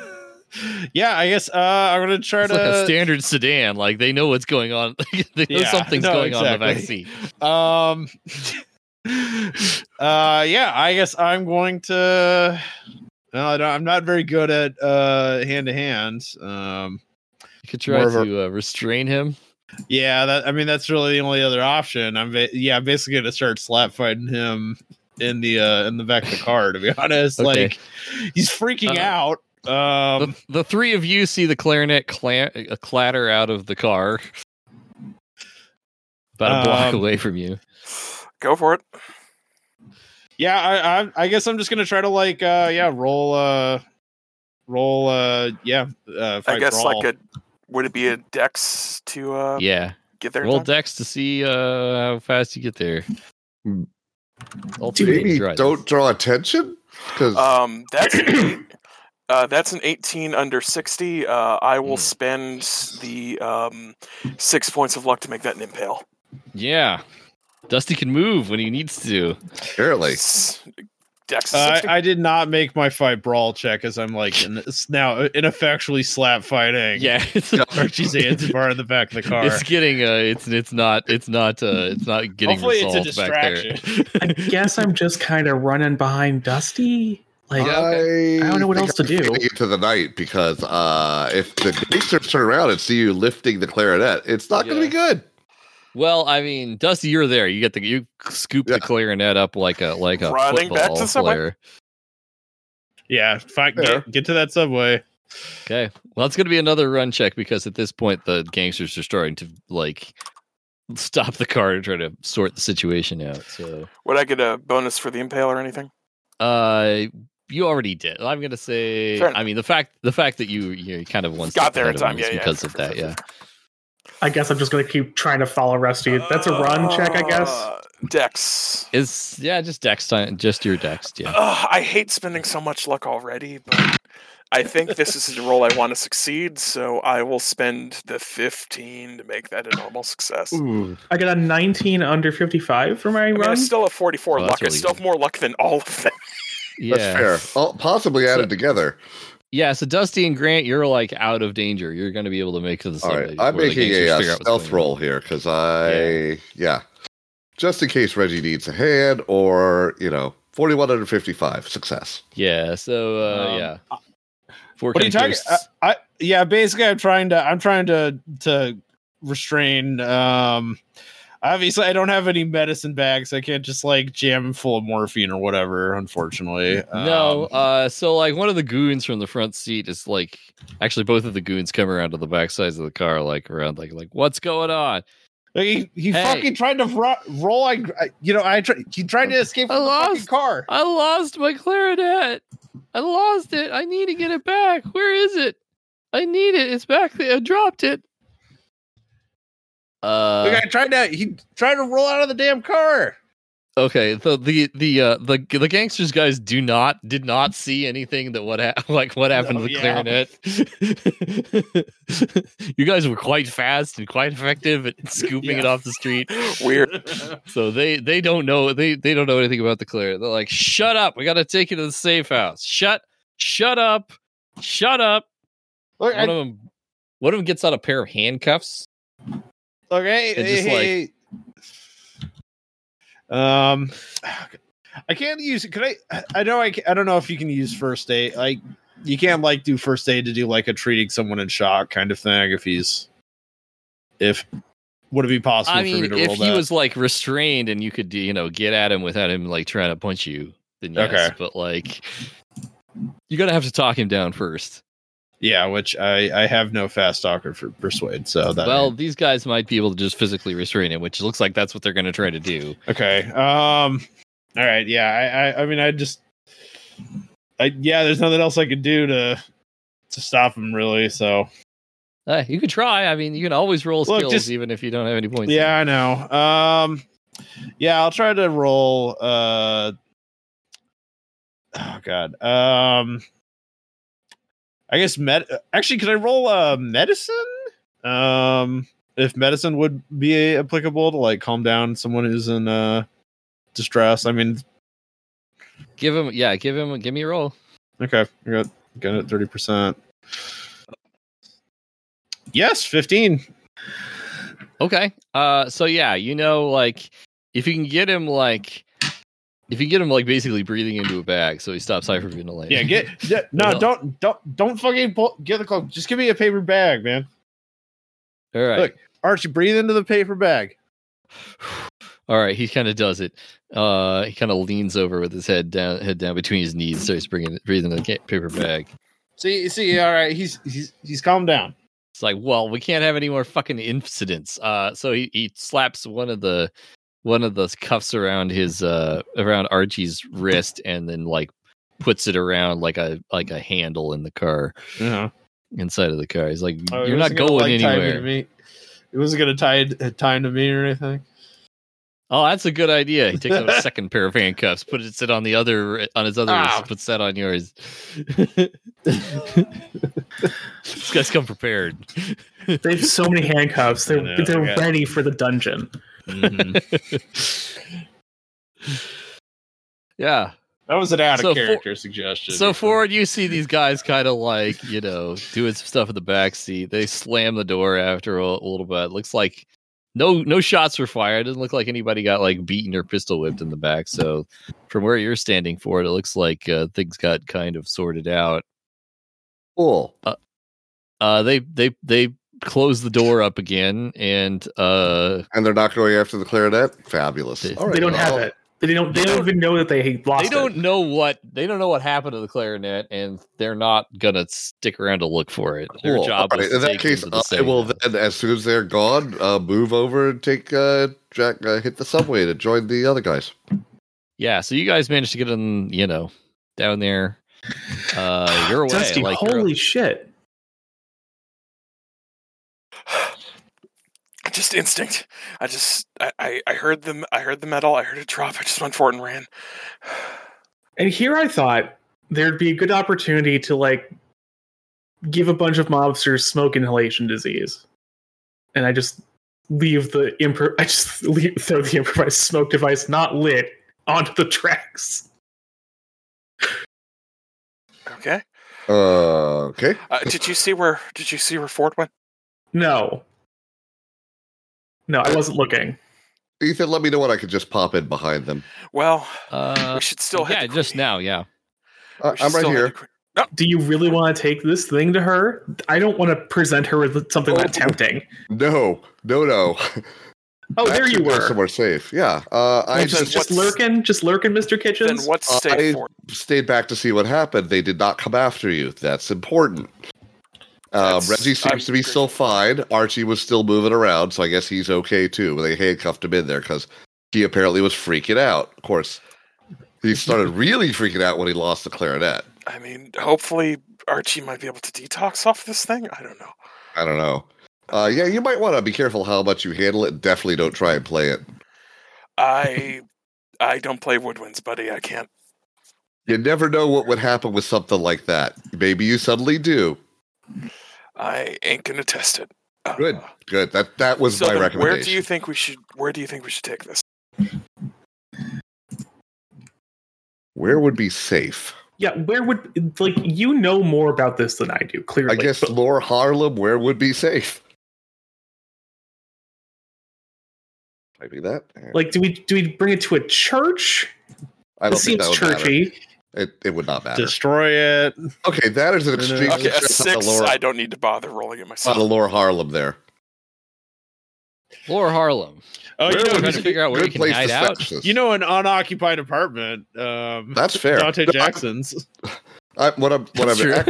yeah, I guess uh, I'm gonna try
It's
to.
like a standard sedan. Like they know what's going on. they know
Yeah,
something's
no,
going on in the back
exactly.
seat.
Um. uh. Yeah. I guess I'm going to. No, I don't, I'm not very good at uh hand to hand. Um.
You could try
More of a-
to uh, restrain him.
Yeah. That. I mean, that's really the only other option. I'm. Ba- yeah. I'm basically gonna start slap fighting him in the uh in the back of the car. To be honest,
Okay.
like he's freaking
Uh,
out. Um.
the, the three of you see the clarinet cla- uh, clatter out of the car, about a block
Um,
away from you.
Go for it.
Yeah. I, I. I guess I'm just gonna try to like. Uh. Yeah. Roll. Uh. Roll. Uh. Yeah. Uh.
I
fight
guess
brawl.
like a would it be a dex to uh
yeah,
get there? in
roll
time?
dex to see uh, how fast you get there.
Hmm.
All three of you
Maybe
try this.
don't draw attention because
Uh,
Um, that's an eight- uh, that's an eighteen under sixty. Uh, I will
Hmm.
spend the um, six points of luck to make that an impale.
Yeah, Dusty can move when he needs to.
apparently
S- Dex.
Uh,
60?
I, I did not make my fight brawl check as I'm like in, it's now ineffectually slap fighting.
Yeah, it's,
Archie's hands bar in the back of the car.
it's getting. Uh, it's it's not. It's not. Uh, it's not getting
Hopefully it's a
resolved
I
back there.
guess I'm just kind of running behind Dusty. Like,
I,
I don't know what
think
else to
I'm
do.
getting Into the night because uh, if the gangsters turn around and see you lifting the clarinet, it's not going to
Yeah.
be good.
well, I mean, Dusty, you're there. You get the you scoop
Yeah.
the clarinet up like a like a
Running back to
football
someone.
player.
yeah, fine,
Fair.
get, get to that subway.
Okay. Well, it's going to be another run check because at this point the gangsters are starting to like stop the car and try to sort the situation out. So,
Would I get a bonus for the impale or anything?
uh, you already did. I'm going to say.
Fair enough.
I mean, the fact the fact that you you kind of once
Got there in time. Yeah, yeah,
because
fair,
of
fair,
that.
fair,
Yeah.
I guess I'm just gonna keep trying to follow Rusty. That's a run check, I guess.
Uh, Dex.
Is yeah, just dex time, just your dex. Yeah.
Ugh, I hate spending so much luck already, but I think this is the role I want to succeed. So I will spend the fifteen to make that a normal success.
I got a 19 under 55 for my
I mean, I
run.
still have 44
Well, Oh, that's
luck. I
really
still have
good.
more luck than all of them.
yeah.
That's fair. Oh, possibly added
So-
together.
Yeah. So Dusty and Grant, you're like out of danger. You're going to be able to make it to the
All
subway
right, I'm
before the
making a
gangsters
uh,
figure out what's
stealth
going on.
roll here because I yeah. just in case Reggie needs a hand or you know 4155 success.
Yeah. So uh,
Um,
yeah. Four
What are you talking?
gangsters-
I, I yeah, basically I'm trying to I'm trying to to restrain. Um, obviously I don't have any medicine bags. I can't just like jam him full of morphine or whatever. Unfortunately,
No,
Um,
uh, so like one of the goons from the front seat is like, actually, both of the goons come around to the back sides of the car, like around, like, like what's going on?
Like, he he
Hey.
fucking tried to ro- roll. I, I- you know I tried. He tried to escape
I
from the fucking
lost.
car.
I lost my clarinet. I lost it. I need to get it back. Where is it? I need it. It's back there. I dropped it. Uh,
Like, I tried to. He tried to roll out of the damn car.
Okay, so the the uh, the the gangsters guys do not did not see anything that what hap like what happened
No,
to the
yeah.
clarinet. you guys were quite fast and quite effective at scooping it
Yeah.
off the street.
Weird.
So they they don't know they they don't know anything about the clarinet. They're like, "Shut up! We got to take you to the safe house. Shut shut up, shut up."
Look, I,
One of them one of them gets out a pair of handcuffs.
look, hey,
it's just
hey, hey. um, I can't use. Could I? I know. I. ca- I don't know if you can use first aid. Like, you can't like do first aid to do like a treating someone in shock kind of thing. If he's, if would it be possible
I
for me
mean,
to
if
roll
he
that?
was like restrained and you could, you know, get at him without him like trying to punch you, then yes.
Okay.
But like, you gotta have to talk him down first.
Yeah, which I I have no fast talker for persuade. So that
well, these guys might be able to just physically restrain him, which looks like that's what they're gonna try to do.
okay. Um, all right. Yeah. I I, I mean I just I yeah. There's nothing else I could do to to stop him really. So
Uh, you could try. I mean, you can always roll
Look,
skills
just-
even if you don't have any points.
yeah, I know. Um, yeah, I'll try to roll. Uh, oh God. Um, I guess med. Actually, could I roll uh, medicine? Um, if medicine would be applicable to like calm down someone who's in uh distress. I mean,
Give him. Yeah, give him. Give me a roll.
okay, I got got it thirty percent. Yes, fifteen.
Okay. Uh so yeah, you know like if you can get him like if you get him like basically breathing into a bag so he stops hyperventilating.
Yeah, get yeah, no,
Well-
don't don't don't fucking pull, get the cloak. Just give me a paper bag, man.
All right.
Look. Archie, breathe into the paper bag.
All right, he kind of does it. Uh he kind of leans over with his head down head down between his knees so he's bringing breathing in the ca- paper bag.
See, see, all right, he's he's he's calmed down.
It's like, well, we can't have any more fucking incidents. Uh, so he, he slaps one of the one of those cuffs around his uh around Archie's wrist and then like puts it around like a like a handle in the car
Yeah,
inside of the car. He's like,
Oh,
you're not going anywhere.
It wasn't gonna tie uh, time to me or anything.
Oh, that's a good idea. He takes out a second pair of handcuffs, puts it on the other on his other
Ah.
wrist, puts that on yours. This guy's come prepared.
They have so many handcuffs. They're,
I know,
they're
yeah.
ready for the dungeon.
yeah.
That was an out of
So for-
character suggestion.
So forward, you see these guys kind of like you know doing some stuff in the back seat. They slam the door after a, a little bit. Looks like no no shots were fired. Doesn't look like anybody got like beaten or pistol whipped in the back. So from where you're standing for it, it looks like uh, things got kind of sorted out.
Cool.
Uh, they they they close the door up again, and uh,
And they're not going after the clarinet? Fabulous.
They-
All right,
they don't
well,
have it. They don't. They don't even know that they lost
they don't
it.
know what they don't know what happened to the clarinet, and they're not gonna stick around to look for it. Their
cool.
job
All
was
right,
to
In that
take them
case,
to the
I
safe
will
house.
then, as soon as they're gone, uh, move over and take uh, Jack, uh, hit the subway to join the other guys.
yeah so you guys managed to get them you know down there uh your way
Dusty,
like you're-
holy shit!
just instinct. I just I, I I heard them. I heard the metal. I heard it drop. I just went for it and ran.
And here I thought there'd be a good opportunity to like give a bunch of mobsters smoke inhalation disease, and I just leave the impro- I just leave, throw the improvised smoke device not lit onto the tracks.
Okay.
Uh, okay.
Uh, did you see where? Did you see where Ford went?
No, no, I wasn't looking.
Ethan, let me know when I could just pop in behind them.
Well,
uh
we should still. hit
yeah
the
just
queen.
now yeah
Uh,
We should
I'm right
still hit
here.
the queen.
Do you really want to take this thing to her? I don't want to present her with something
Oh.
that tempting.
No, no, no.
Oh, there you were.
Somewhere safe. Yeah. Uh, I
Then
just,
just,
what's-
just lurking, just lurking, Mr.
Then
Kitchens.
what's safe
Uh, I-
for?
stayed back to see what happened. They did not come after you. That's important. Um,
That's-
Reggie seems
I'm
to be
sure.
still fine. Archie was still moving around, so I guess he's okay too. They handcuffed him in there because he apparently was freaking out. Of course, he started really freaking out when he lost the clarinet.
I mean, hopefully Archie might be able to detox off this thing. I don't know.
I don't know. Uh, yeah, you might want to be careful how much you handle it. Definitely don't try and play it.
I I don't play woodwinds, buddy. I can't.
You never know what would happen with something like that. Maybe you suddenly do.
I ain't gonna test it. Uh,
Good, good. That that was
so
my
then
recommendation.
Where do you think we should? Where do you think we should take this?
Where would be safe?
yeah, where would like you know more about this than I do? Clearly,
I guess
But
Lore Harlem, where would be safe? Typing that.
like, do we do we bring it to a church?
I don't
It
think
seems
that would matter.
churchy.
It, it would not matter.
Destroy it.
okay, that is an
No, no, no.
extreme
Okay, a
stress on the
six.
Lore,
I don't need to bother rolling it
on
myself.
the Lore Harlem there.
laura harlem
Oh, you
Where
know,
would
trying
be
to figure out where
good
you can
place
hide
to
out?
stash this?
you know, an unoccupied apartment. Um,
that's fair.
Dante
No, I-
Jackson's.
I, I, what I'm what I'm
Sure.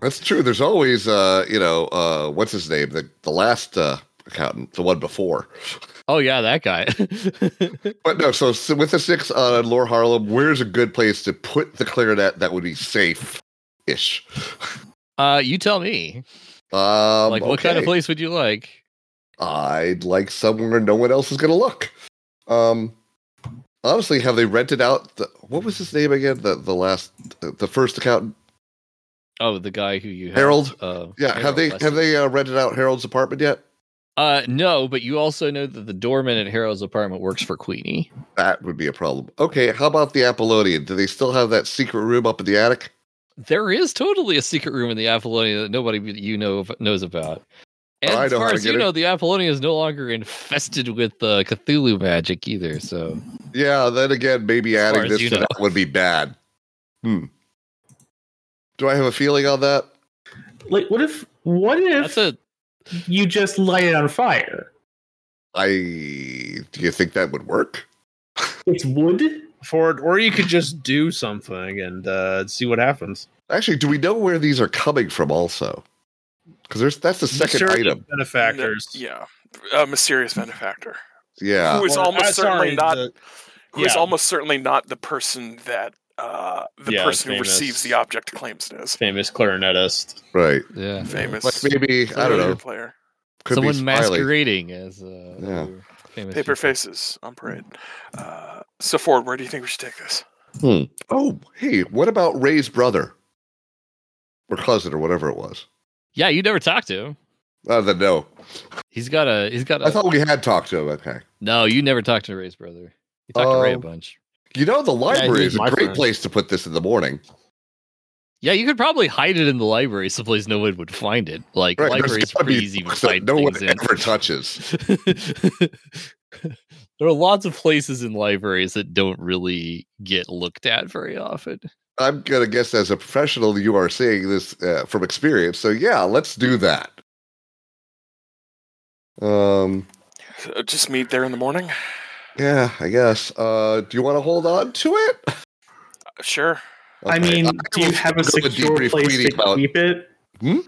That's true. There's always, uh, you know, uh, what's his name? The the last uh, accountant, the one before.
oh yeah, that guy.
But no, so, so with the six on uh, Lore Harlem, where's a good place to put the clarinet that would be safe ish?
uh, you tell me.
Um,
Like, what kind of
okay.
place would you like?
I'd like somewhere no one else is going to look. Um, honestly, have they rented out the what was his name again? The the last the first accountant.
Oh, the guy who you helped,
Harold?
Uh,
Yeah, have
Harold
they
Lester.
have they uh, rented out Harold's apartment yet?
Uh, no, but you also know that the doorman at Harold's apartment works for Queenie.
That would be a problem. Okay, how about the Apollonian? Do they still have that secret room up in the attic?
There is totally a secret room in the Apollonia that nobody but you know of- knows about. And
Oh, I
as
know how
far
to
as
get
you
it.
know, the Apollonia is no longer infested with uh, Cthulhu magic either. So
Yeah, then again, maybe
As far
adding
as
this
you
to
know.
that would be bad. Hmm. Do I have a feeling on that?
Like, what if what if
that's a
you just light it on fire?
I do you think that would work?
It's wood.
for it, or you could just do something and uh, see what happens.
Actually, do we know where these are coming from also? Because there's that's the second
Mysterious
item.
benefactors.
Yeah, a mysterious benefactor
Yeah.
who is
Or-
almost
uh,
certainly
sorry,
not
the-
who is
yeah.
almost certainly not the person that uh, the
Yeah,
person who
famous.
receives the object claims it is.
famous clarinetist.
Right.
yeah.
Famous.
Like maybe I don't
familiar
know.
Player.
Could
Someone
be Smiley.
masquerading as uh,
Yeah.
your famous
Paper
people.
faces
Mm-hmm.
on parade. Uh, so Ford, where do you think we should take this?
Oh, hey, what about Ray's brother? Or cousin or whatever it was.
Yeah, you never talked to him.
Other than no.
He's got a he's got a
I thought we had talked to him. Okay.
no. You never talked to Ray's brother. You talked to Ray a
Um,
bunch.
You know, the library
he's
is a
my
great
friend.
place to put this in the morning.
Yeah, you could probably hide it in the library someplace no one would find it. Like
Right. there's
libraries
gotta
pretty
be
easy to
books that
find
no one
things in.
ever touches.
there are lots of places in libraries that don't really get looked at very often.
I'm gonna guess as a professional, you are seeing this uh, from experience. So yeah, let's do that. Um.
So Uh, just meet there in the morning.
Yeah, I guess. Uh, do you want to hold on to it?
Sure.
I
Okay, uh,
mean,
I
do you
will
have a
go and
secure
debrief
place
Queenie
to
about-
keep it?
Hmm?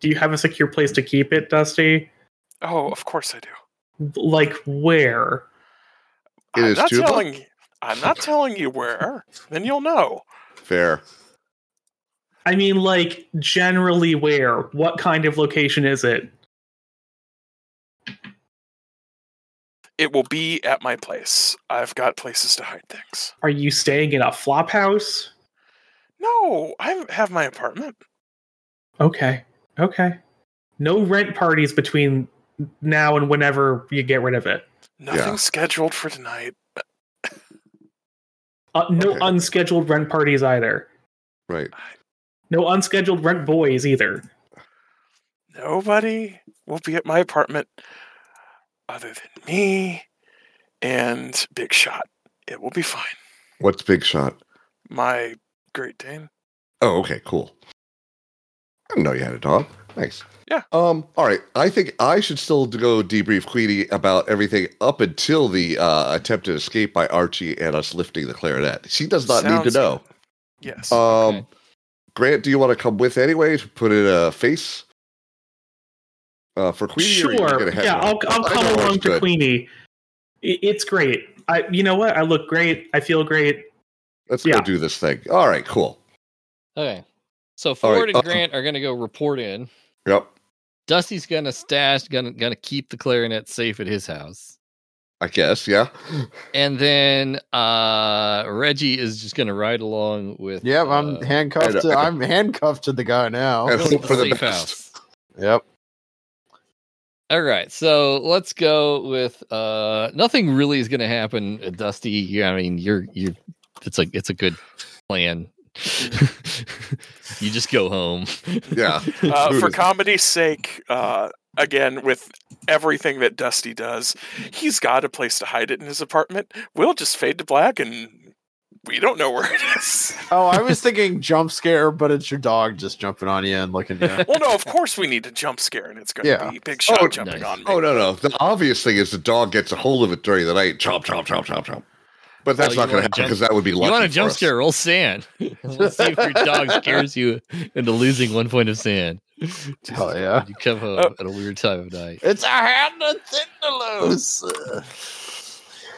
Do you have a secure place to keep it, Dusty?
Oh, of course I do.
Like where?
It
I'm
is
not
Tuba?
telling. I'm not telling you where. Then you'll know.
Fair.
I mean, like generally where? What kind of location is it?
It will be at my place. I've got places to hide things.
Are you staying in a flop house?
No, I have my apartment.
Okay. Okay. No rent parties between now and whenever you get rid of it.
Nothing
Yeah.
scheduled for tonight.
Uh, no
Okay.
unscheduled rent parties either.
Right.
No unscheduled rent boys either.
Nobody will be at my apartment other than me and Big Shot. It will be fine.
What's Big Shot?
My Great Dane.
Oh, okay, cool. I didn't know you had a dog. Nice.
Yeah.
Um. All right. I think I should still go debrief Queenie about everything up until the uh, attempted escape by Archie and us lifting the clarinet. She does not need
Sounds
to know.
good. Yes.
Um.
Okay.
Grant, do you want to come with anyway to put in a face uh, for Queenie? or are you
sure.
gonna head
Yeah,
home?
I'll, I'll
I
come
know it's
along to
good.
Queenie. I- It's great. I, you know what? I look great. I feel great.
Let's
yeah.
go do this thing. All right. Cool.
Okay. So
All right,
Ford
um,
and Grant are gonna go report in.
Yep.
Dusty's gonna stash, gonna gonna keep the clarinet safe at his house.
I guess. Yeah.
And then uh Reggie is just gonna ride along with
Yep, I'm
uh,
I
handcuffed.
know,
To,
I
I'm handcuffed to the guy now.
And
Will
hope
to
for the
safe
best.
house.
Yep.
All right, so let's go with uh nothing really is going to happen, uh, Dusty. You- I mean, you're you're it's a it's a good plan. you just go home.
Yeah.
uh, for
Buddhism.
comedy's sake, uh, again, with everything that Dusty does, he's got a place to hide it in his apartment. We'll just fade to black and we don't know where it is.
Oh, I was thinking jump scare, but it's your dog just jumping on you and looking at you.
Well, no, of course we need a jump scare and it's going to
Yeah.
be Big Shot
Oh,
jumping
nice.
on me.
Oh no no! The obvious thing is the dog gets a hold of it during the night. Chomp chomp chomp chomp chomp. But
Oh,
that's
you
not going
want a
to happen
jump-
because that would be lucky.
you want a
for
jump
us.
scare? Roll sand. we'll see if your dog scares you into losing one point of sand.
Hell yeah.
You come home
Oh.
at a weird time of night.
It's a hand of thin to lose.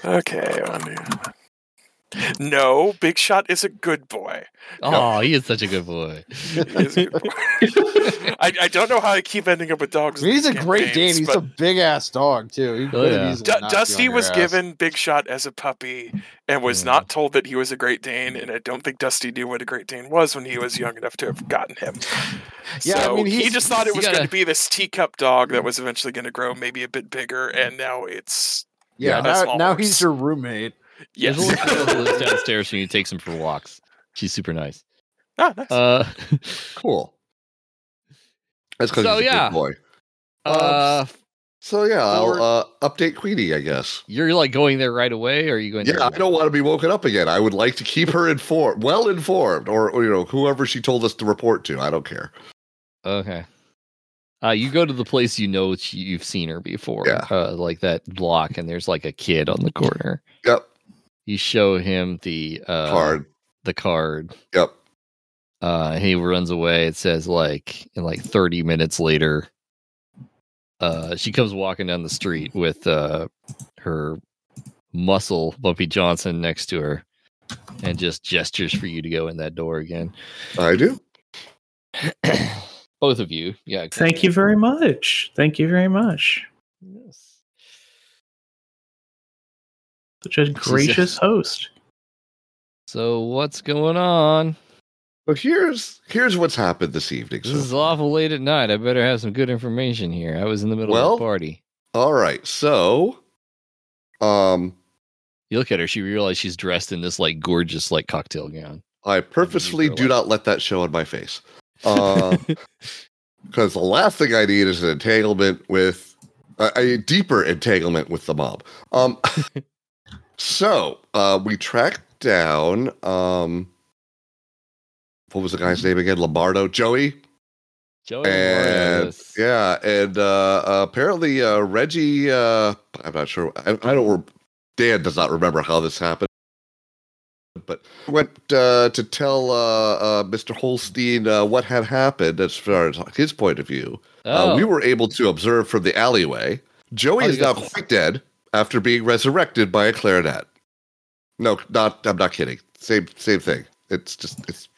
Uh,
Okay. I knew- No, Big Shot is a good boy.
Oh, he is such a good boy.
He is a good boy. I, I don't know how I keep ending up with dogs. in
He's a
these
great Dane.
campaigns,
He's
but
a big ass dog too. He could have
yeah.
easily
Du-
knocked you
Dusty
on
was
your ass. Mm-hmm.
given Big Shot as a puppy and was
Yeah.
not told that he was a Great Dane, and I don't think Dusty knew what a Great Dane was when he was young enough to have gotten him.
Yeah, I
so
mean,
he
he's-
just thought
you
it was going
gotta-
to be this teacup dog that was eventually going to grow maybe a bit bigger, and now it's
Yeah,
Yeah.
now,
Small
now
horse.
he's your roommate.
yes.
There's a little girl who lives downstairs from you takes him for walks. She's super nice.
Ah, nice.
Uh,
Cool. That's because
So,
he's a
yeah.
good boy.
uh,
Um, So yeah,
Or-
I'll uh, update Queenie, I guess.
you're like going there right away, or are you going?
Yeah,
there
I don't want to be woken up again. I would like to keep her informed, well informed, or, or, you know, whoever she told us to report to. I don't care.
Okay. Uh, you go to the place you know she- you've seen her before,
Yeah.
uh, like that block, and there's like a kid on the corner.
Yep,
You show him the uh,
card.
The card.
Yep.
Uh, he runs away. It says like in like 30 minutes later. Uh, she comes walking down the street with uh, her muscle Bumpy Johnson next to her, and just gestures for you to go in that door again.
I do.
Both of you, yeah.
Thank you very much. Thank you very much.
Yes.
Such a gracious host.
So what's going on?
But here's here's what's happened this evening.
This
so
is awful late at night. I better have some good information here. I was in the middle
Well-
of a party.
All right. So, um,
You look at her, she realizes she's dressed in this like gorgeous like cocktail gown.
I purposely do not let that show on my face because the last thing I need is an entanglement with a, a deeper entanglement with the mob. Um, so uh, we tracked down um, what was the guy's name again? Lombardo, Joey.
Joey
and
Juarez.
yeah, and uh, uh, apparently uh, Reggie, uh, I'm not sure. I, I don't. Re- Dan does not remember how this happened, but went uh, to tell uh, uh, Mr. Holstein uh, what had happened as far as his point of view.
Oh,
Uh, we were able to observe from the alleyway. Joey
Oh,
is
you
now
got this.
quite dead after being resurrected by a clarinet. No, not. I'm not kidding. Same, same thing. It's just. It's.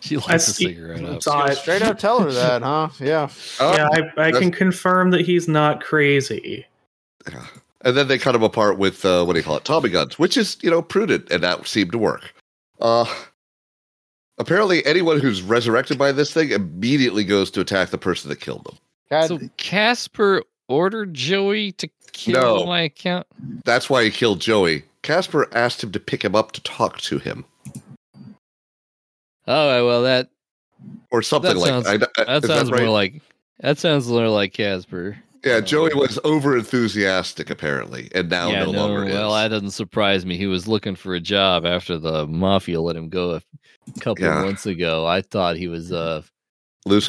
she lights
I
a
see-
cigarette up.
Saw it.
Straight up tell her that, huh? Yeah.
Oh,
yeah, I, I can
that's-
confirm that he's not crazy.
And then they cut him apart with uh, what do you call it, Tommy guns, which is you know prudent, and that seemed to work. Uh, apparently, anyone who's resurrected by this thing immediately goes to attack the person that killed them.
God,
So Casper ordered Joey to kill
No.
my account.
That's why he killed Joey. Casper asked him to pick him up to talk to him,
Oh well that
or something
That
like
sounds-
I- I- is
that sounds
right?
more like that sounds more like Casper.
yeah. Joey was over enthusiastic apparently, and now
yeah,
no,
no,
longer
well, that
is.
doesn't surprise me. He was looking for a job after the mafia let him go a couple
Yeah.
months ago. I thought he was uh
Loose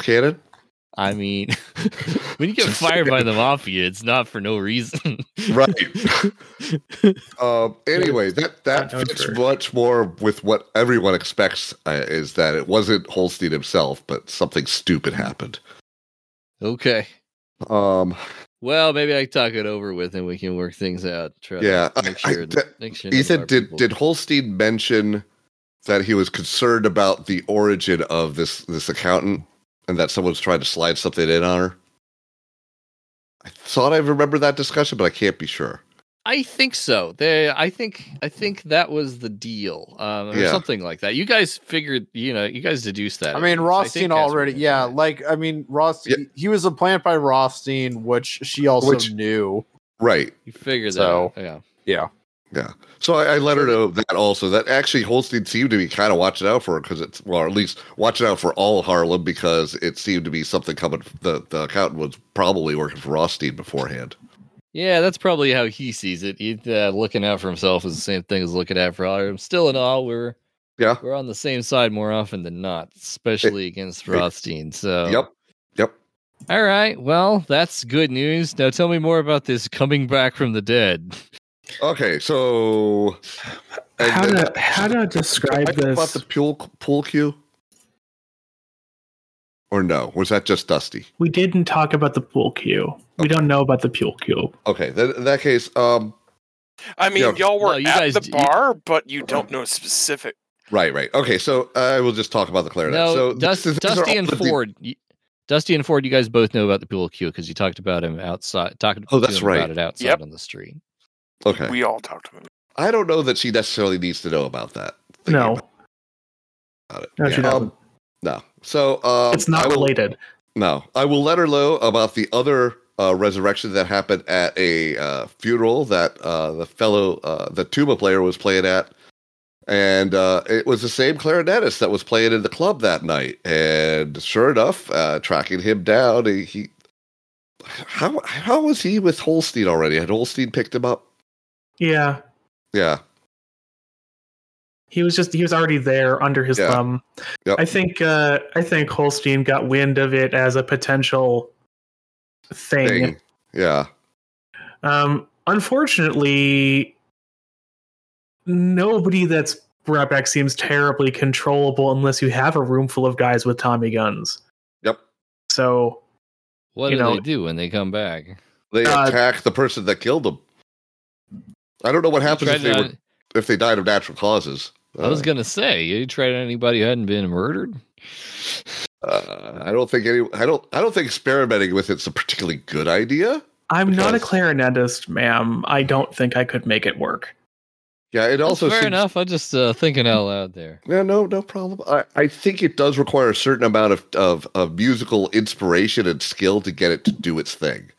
cannon.
I mean, when you get fired by the mafia, it's not for no reason.
Right. Um, anyway, that that
Not known
fits
for-
much more with what everyone expects uh, is that it wasn't Holstein himself, but something stupid happened.
okay.
Um,
Well, maybe I can talk it over with and we can work things out. Try to
Yeah, I-
Make
I-
sure,
that-
make sure none of
Ethan,
our
did
people-
did Holstein mention that he was concerned about the origin of this this accountant and that someone's trying to slide something in on her? I thought I remember that discussion, but I can't be sure.
I think so. They, I think, I think that was the deal, um, or
Yeah.
something like that. You guys figured, you know, you guys deduced that.
I mean, Rothstein already, yeah. Like, I mean, Roth,
Yeah.
he was a plant by Rothstein, which she also
Which-
knew.
Right.
you figured that.
So-
out. Yeah.
So I, I let her know that also. That actually Holstein seemed to be kind of watching out for her because it's well, or at least watching out for all Harlem because it seemed to be something coming. The the accountant was probably working for Rothstein beforehand.
Yeah, that's probably how he sees it. He, uh, looking out for himself is the same thing as looking out for others. I'm still in awe. We're
Yeah.
we're on the same side more often than not, especially against Rothstein. So
Yep. Yep.
All right. Well, that's good news. Now tell me more about this coming back from the dead.
Okay, so and
How
then-
to how to
I
describe
talk about
this?
the pool pool cue, or no? Was that just Dusty?
We didn't talk about the pool cube. We don't know about the pool cube.
Okay, then in that case, um,
I mean,
Yeah.
y'all were
Well, you
at
guys
the
d- you-
bar, but you don't know specific.
right, right. Okay, so I will just talk about the clarinet.
No,
so
Dust,
this- these are
Dusty
all
and
the de-
Ford. y Dusty and Ford, you guys both know about the pool cue because you talked about him outside. Talking
Oh,
to
that's
him
right.
about it outside
Yep.
on the street.
Okay,
We all talked about it.
I don't know that she necessarily needs to know about that. Thinking
No,
about it. Um,
No, she doesn't.
no. So um,
it's not
I will-
related.
No, I will let her know about the other uh, resurrection that happened at a uh, funeral that uh, the fellow, uh, the tuba player, was playing at, and uh, it was the same clarinetist that was playing in the club that night. And sure enough, uh, tracking him down, he, he how how was he with Holstein already? Had Holstein picked him up?
Yeah,
Yeah,
he was just he was already there under his
Yeah.
thumb.
Yep.
I think uh, I think Holstein got wind of it as a potential thing.
thing. Yeah,
Um, unfortunately, nobody that's brought back seems terribly controllable unless you have a room full of guys with Tommy guns.
yep.
So
What
You
do
know-
they do when they come back?
They
Uh,
attack the person that killed him. I don't know what happens
Tried
if they
to-
were, if they died of natural causes.
I was
Uh,
gonna say you tried anybody who hadn't been murdered.
Uh, I don't think any. I don't. I don't think experimenting with it's a particularly good idea.
I'm not a
Because-
clarinetist, ma'am. I don't think I could make it work.
Yeah, it also
fair
seems-
enough. I'm just uh, thinking out loud there.
Yeah, no, no problem. I, I think it does require a certain amount of, of of musical inspiration and skill to get it to do its thing,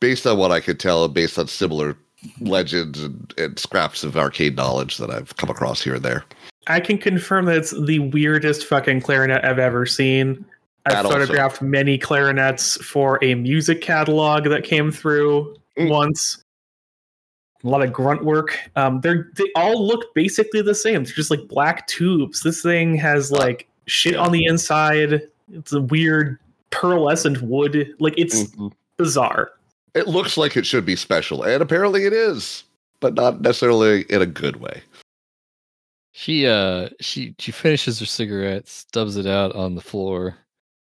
based on what I could tell, and based on similar legends and, and scraps of arcade knowledge that I've come across here and there.
I can confirm that it's the weirdest fucking clarinet I've ever seen. I
That also.
photographed many clarinets for a music catalog that came through
Mm.
once. A lot of grunt work. Um, they're they all look basically the same. They're just like black tubes. This thing has like shit on the inside. It's a weird pearlescent wood. Like it's
Mm.
bizarre.
It looks like it should be special, and apparently it is, but not necessarily in a good way.
She uh she she finishes her cigarette, stubs it out on the floor,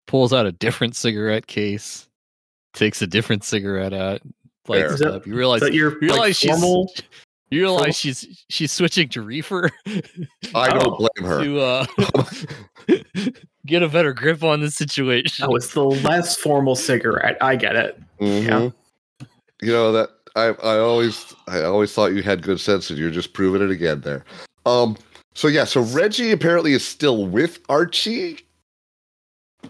pulls out a different cigarette case, takes a different cigarette out,
Fair.
lights
Is
it
that-
up. You realize
Is that your
you realize
like,
she's
formal?
you realize
formal-
she's she's switching to reefer.
I
Oh.
don't blame her.
to uh get a better grip on the situation.
Oh, it's the less formal cigarette. I get it.
Mhm. You know that I I always I always thought you had good sense, and you're just proving it again there. Um. So yeah. So Reggie apparently is still with Archie.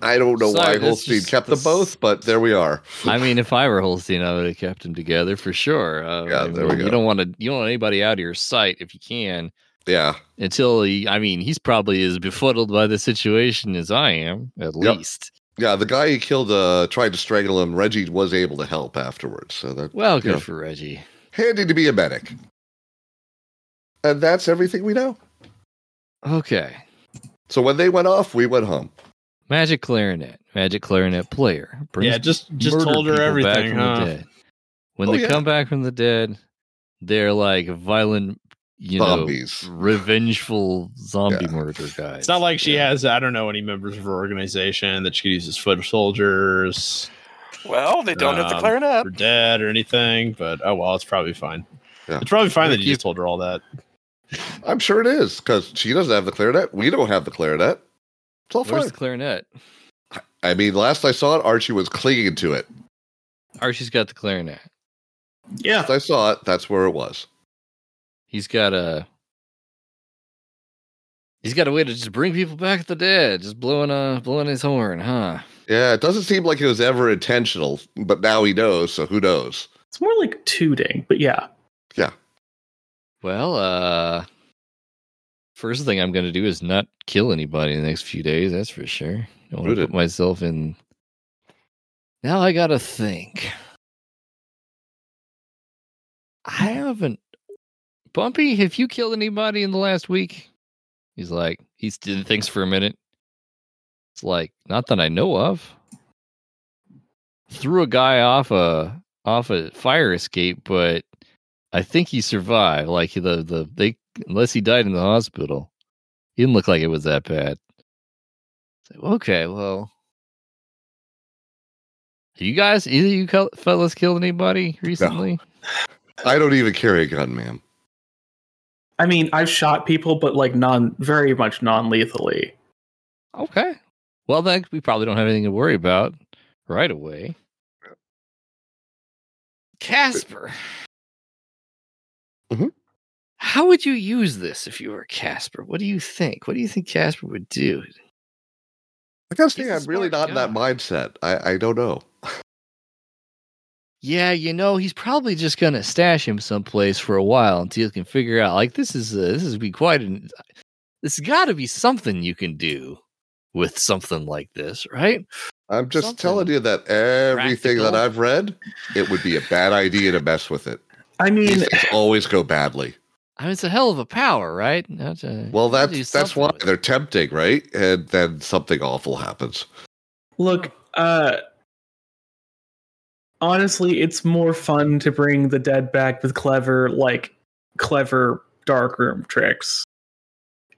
I don't know
Sorry,
why
that's
Holstein
just-
kept them
that's-
both, but there we are.
I mean, if I were Holstein, I would have kept them together for sure. Uh,
Yeah,
I
there we
mean,
go.
You don't want to you don't want anybody out of your sight if you can.
Yeah.
until he, I mean, he's probably as befuddled by the situation as I am, at
Yep.
least.
Yeah. The guy he killed uh, tried to strangle him. Reggie was able to help afterwards, so that
Well, good
Yeah.
for Reggie.
handy to be a medic. And that's everything we know.
Okay.
So when they went off, we went home.
Magic clarinet, magic clarinet player. brings
Yeah, just just
murdered
told her
people
everything,
from the
huh?
dead. When
Oh,
they
yeah.
come back from the dead, they're like violent, you
Zombies.
know, revengeful zombie
Yeah.
murder guys.
It's not like she
Yeah.
has I don't know any members of her organization that she could use as foot soldiers
Well, they don't have the
Um,
clarinet.
or dead or anything. But oh well, it's probably fine.
Yeah.
It's probably fine that
You-
you just told her all that.
I'm sure it is because she doesn't have the clarinet. We don't have the clarinet. It's all
Where's
fine.
the clarinet?
I mean, last I saw it, Archie was clinging to it.
Archie's got the clarinet.
Yeah.
Last I saw it, that's where it was.
He's got a. He's got a way to just bring people back to the dead, just blowing uh blowing his horn, huh?
Yeah, it doesn't seem like it was ever intentional, but now he knows, so who knows?
It's more like tooting, but yeah.
Well, uh first thing I'm gonna do is not kill anybody in the next few days, that's for sure. I want
Good.
to put myself in now I gotta think. I haven't Bumpy, have you killed anybody in the last week? He's like, he still thinks for a minute. It's like, not that I know of. Threw a guy off a off a fire escape, but I think he survived. Like the the they unless he died in the hospital, he didn't look like it was that bad. It's like, okay, well, you guys, either you col- fellas killed anybody recently?
I don't even carry a gun, ma'am.
I mean, I've shot people, but like non, very much non-lethally.
Okay. Well, then we probably don't have anything to worry about right away. Casper.
Mhm.
How would you use this if you were Casper? What do you think? What do you think Casper would do?
I gotta say,
He's a
I'm really not
smart
in that mindset. I, I don't know.
Yeah, you know, he's probably just gonna stash him someplace for a while until he can figure out. Like this is uh this is be quite an. This got to be something you can do with something like this, right?
I'm just
Something
telling you that everything that
practical.
I've read, it would be a bad idea to mess with it.
I mean,
These things always go badly.
I mean, it's a hell of a power, right? That's a-
Well,
you gotta do
that's that's
something
why
with it.
they're tempting, right? And then something awful happens.
Look, uh honestly, it's more fun to bring the dead back with clever like clever darkroom tricks.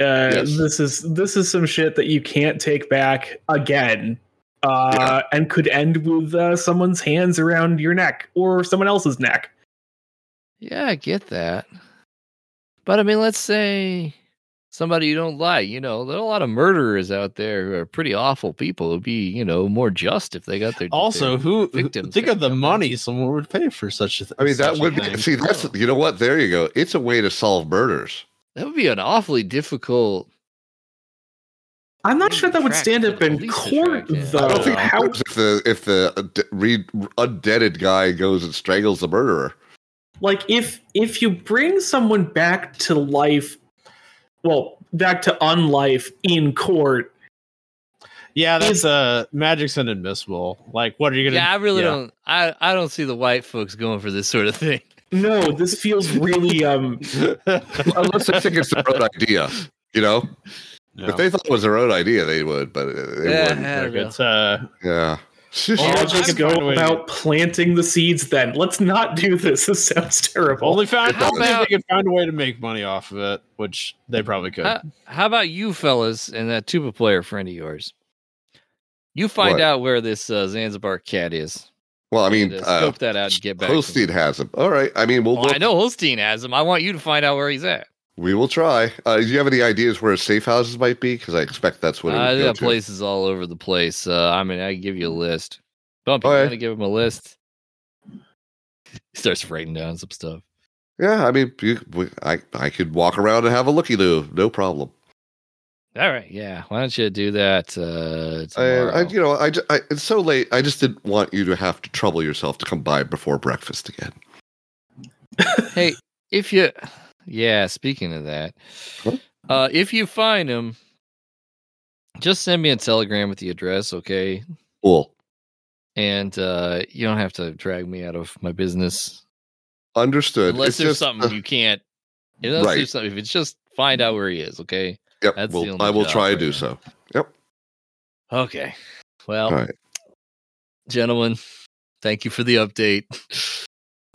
Uh
Yes.
this is this is some shit that you can't take back again. Uh and could end with uh, someone's hands around your neck or someone else's neck.
Yeah, I get that. But I mean, let's say somebody you don't like, you know, there are a lot of murderers out there who are pretty awful people. It would be, you know, more just if they got their
Also, who
victims
think
that
of the
come in.
money someone would pay for such a thing? Oh.
I mean, that would be, see. That's
Oh.
you know what? There you go. It's a way to solve murders.
that would be an awfully difficult.
I'm not
Maybe
sure that would
attract
stand
the
up in
police attract,
court
yeah.
though.
I don't
uh,
think it
How-
works if the if the unde- re- undeaded guy goes and strangles the murderer.
like if if you bring someone back to life well back to unlife in court
yeah, that's
is-
uh, magic's inadmissible. Like, what are you gonna?
yeah, I really
yeah.
don't. I I don't see the white folks going for this sort of thing.
no this feels really um
Unless they think it's their own idea, you know.
No.
If they thought it was their own idea, they would, but uh, they
Yeah,
wouldn't.
I
Like,
don't know.
it's, uh,
Yeah.
Well,
I'll
I'm
just go
fine with
about planting the seeds then let's not do this this sounds terrible
only found
It
how
doesn't.
they could find a way to make money off of it, which they probably could.
Uh, How about you fellas and that tuba player friend of yours? You find
What?
out where this uh, Zanzibar cat is.
well, I mean,
and, uh,
uh,
scope that out and get back. to me.
Holstein has them. All right. I mean, we'll,
Well,
look-
I know Holstein has him. I want you to find out where he's at.
we will try. Uh, do you have any ideas where safe houses might be? Because I expect that's what it would
I
go
got
to.
places all over the place. Uh, I mean, I can give you a list. Bumpy,
All
you
right.
want to give him a list? He starts writing down some stuff.
Yeah, I mean, you, we, I I could walk around and have a looky loo, no problem.
All right, yeah. Why don't you do that uh,
And
tomorrow?
I, you know, I, ju- I it's so late. I just didn't want you to have to trouble yourself to come by before breakfast again.
hey, if you, yeah. Speaking of that,
What?
uh, if you find him, just send me a telegram with the address, okay?
Cool.
And uh, you don't have to drag me out of my business
Understood.
unless
It's
there's
just,
something
uh,
you can't. Unless
Right.
there's something, if it's just find out where he is, okay?
yep.
that's
we'll-
the only
I will
job
try to
right
do
now. Oh.
so.
Okay. Well,
All right.
gentlemen, thank you for the update.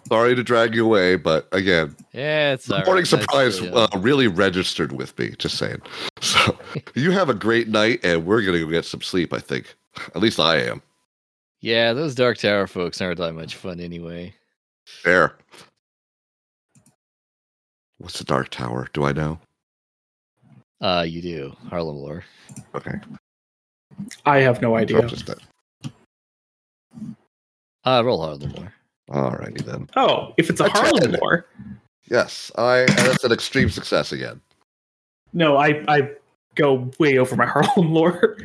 Sorry to drag you away, but again,
Yeah, it's
the
all
morning
right.
surprise
That's,
uh, really registered with me. Just saying. So you have a great night, and we're gonna go get some sleep. I think. At least I am.
yeah, those Dark Tower folks aren't that much fun anyway.
There. What's the Dark Tower? Do I know?
Uh, you do Harlem lore.
Okay.
i have no
So
idea
just that.
Uh, roll Harlem lore.
Alrighty then.
oh if it's a
I
harlem
tried.
war
Yes, I. and That's an extreme success again.
no i i go way over my harlem lore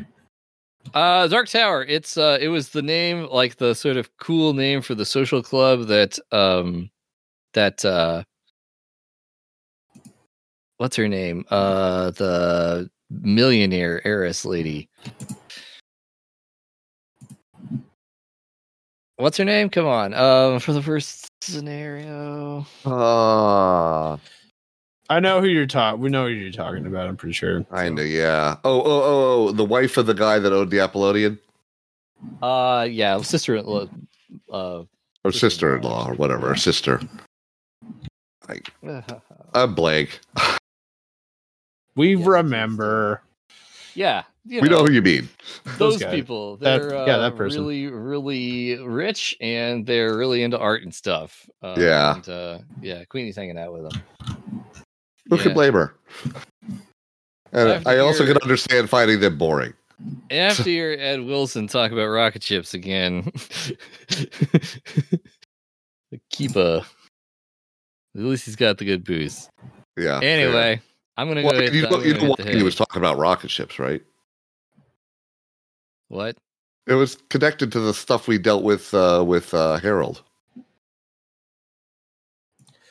Uh, Dark Tower. It's uh, it was the name, like the sort of cool name for the social club that um, that uh, what's her name? Uh, the millionaire heiress lady. What's her name? Come on. Um, for the first scenario.
Ah,
I know who you're talking. We know who you're talking about. I'm pretty sure.
I know. Yeah. Oh, oh, oh, oh, the wife of the guy that owned the Apollonian,
Uh, yeah, sister. Uh,
or sister-in-law, or whatever, or sister. I, I'm blank.
We
Yeah.
remember.
yeah. you
We know who you mean.
those,
guys.
people
That-
they're
yeah,
uh,
that person.
really really rich and they're really into art and stuff uh,
Yeah.
and, uh, yeah queenie's hanging out with them
Who can
Yeah.
blame her?
I
And
have to
I also
hear-
can understand finding them boring.
after you hear ed wilson talk about rocket ships again keep a at least he's got the good booze
Yeah. fair.
anyway i'm gonna
Well,
go hit
you
the-
know,
I'm gonna
you know
hit
what
the
he was
hay.
talking about rocket ships, right?
what
It was connected to the stuff we dealt with uh, with uh, Harold.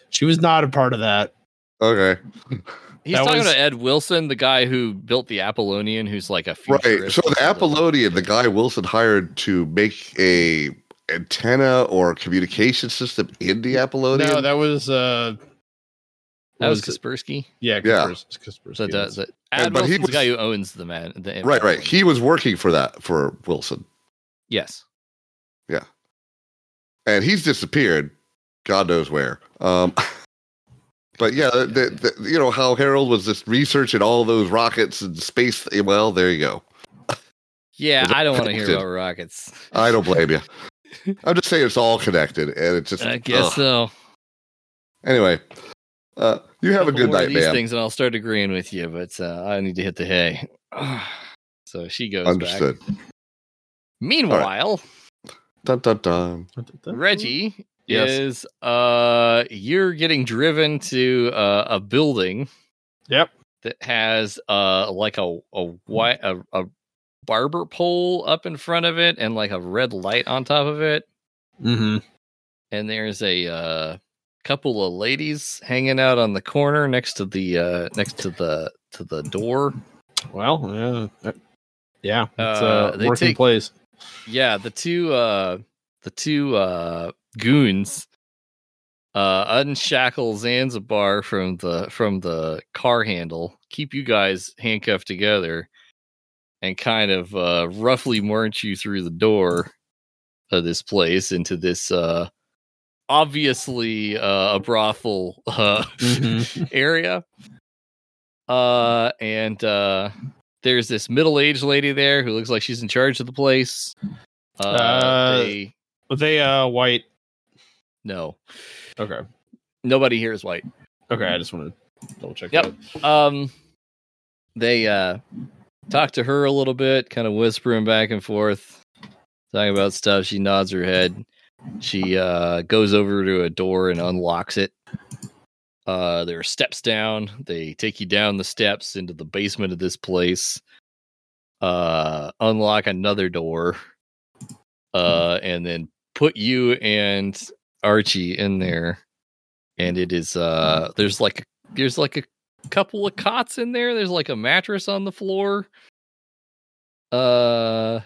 She was not a part of that.
Okay,
he's
That
talking
was-
about ed wilson the guy who built the apollonian who's like a
right.
futurist
So
or
the
something.
Apollonian, the guy Wilson hired to make a antenna or communication system in the Apollonian.
No, that was uh,
that was
was it?
kaspersky
yeah,
Yeah.
Kaspers- Kaspersky
So that,
was-
that
And-
Ad
but he
Wilson's the guy who
was-
owns the man. The
right, right. He was working for that for Wilson,
yes.
and he's disappeared, God knows where. Um, but yeah, the, the, you know how Harold was just researching all those rockets and space. Well, there you go.
Yeah,
Was
I don't want to hear
affected.
about rockets.
I don't blame you. I'm just saying it's all connected, and it's just
I guess
ugh.
so.
Anyway, uh, you have a
Couple
good
more of
night,
these
man.
things, and I'll start agreeing with you. But uh, I need to hit the hay. so she goes. back.
Understood.
Meanwhile,
Dun, dun, dun.
Reggie
Yes.
is uh, you're getting driven to uh, a building
Yep.
that has uh like a a white a, a barber pole up in front of it and like a red light on top of it.
Mm-hmm.
and there's a uh, couple of ladies hanging out on the corner next to the uh, next to the to the door.
Well, yeah, that- yeah, it's
Uh,
a
they
working
take-
place.
Yeah, the two uh, the two uh, goons uh, unshackle Zanzibar from the from the car handle, keep you guys handcuffed together, and kind of uh, roughly march you through the door of this place into this uh, obviously uh, a brothel uh, area. Uh, and uh, there's this middle-aged lady there who looks like she's in charge of the place. Uh,
Uh,
they-
But they uh white.
no,
Okay,
nobody here is white.
okay, I just want to double check.
Yep.
that.
Um, they uh talk to her a little bit, kind of whispering back and forth, talking about stuff. She nods her head. She uh goes over to a door and unlocks it. Uh, there are steps down. They take you down the steps into the basement of this place. Uh, unlock another door. Uh, and then put you and Archie in there. And it is uh, there's like there's like a couple of cots in there. There's like a mattress on the floor. Uh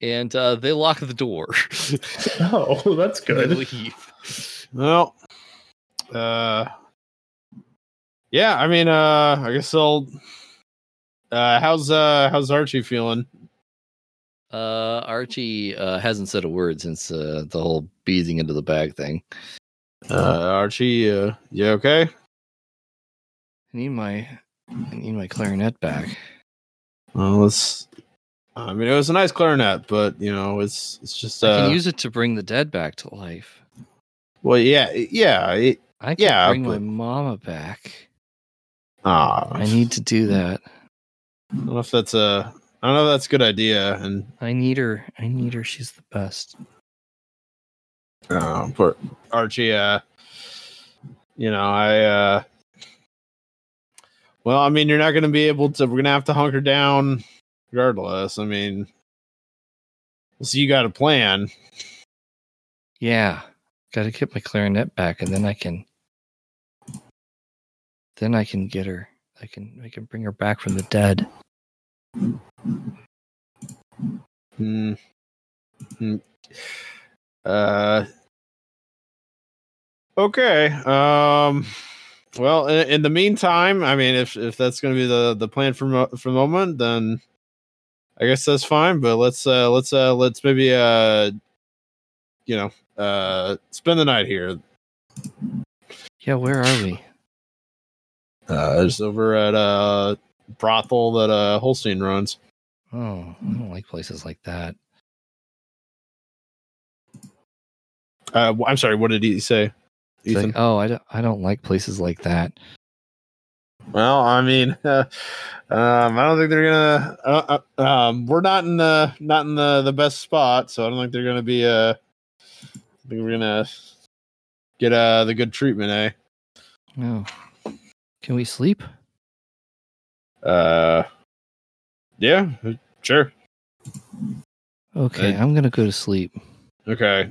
and uh they lock the door.
Oh, that's
They
good.
leave.
Well, uh, yeah. I mean, uh, I guess I'll. Uh, how's uh, how's Archie feeling?
Uh Archie uh hasn't said a word since uh, the whole beating into the bag thing.
Uh, Archie, uh, you okay?
I need my I need my clarinet back.
Well, let's. I mean, it was a nice clarinet, but you know, it's it's just.
I
Uh,
can use it to bring the dead back to life.
well, yeah, yeah. It,
I can
yeah,
bring my
but-
mama back.
ah,
I need to do that.
I don't know if that's a. I don't know if that's a good idea, and
I need her. I need her. She's the best.
uh, but Archie, uh, you know, I. uh Well, I mean, you're not going to be able to. We're going to have to hunker down, regardless. I mean, so you got a plan.
Yeah. Got to get my clarinet back and then I can then I can get her. I can I can bring her back from the dead.
Hmm. Hmm. Uh. Okay. Um. Well, in, in the meantime, I mean, if if that's going to be the the plan for mo- for the moment, then I guess that's fine. But let's uh let's uh let's maybe uh you know uh spend the night here.
Yeah, where are we?
Uh, it's over at uh brothel that uh Holstein runs.
Oh, I don't like places like that.
Uh, I'm sorry, what did he say?
It's like, oh, I don't, I don't like places like that.
Well, I mean, uh, um, I don't think they're gonna. Uh, uh, um, we're not in the not in the the best spot, so I don't think they're gonna be. Uh, I think we're gonna get uh the good treatment, eh?
No. Can we sleep?
Uh, yeah, sure.
Okay,
Uh,
I'm gonna go to sleep.
Okay.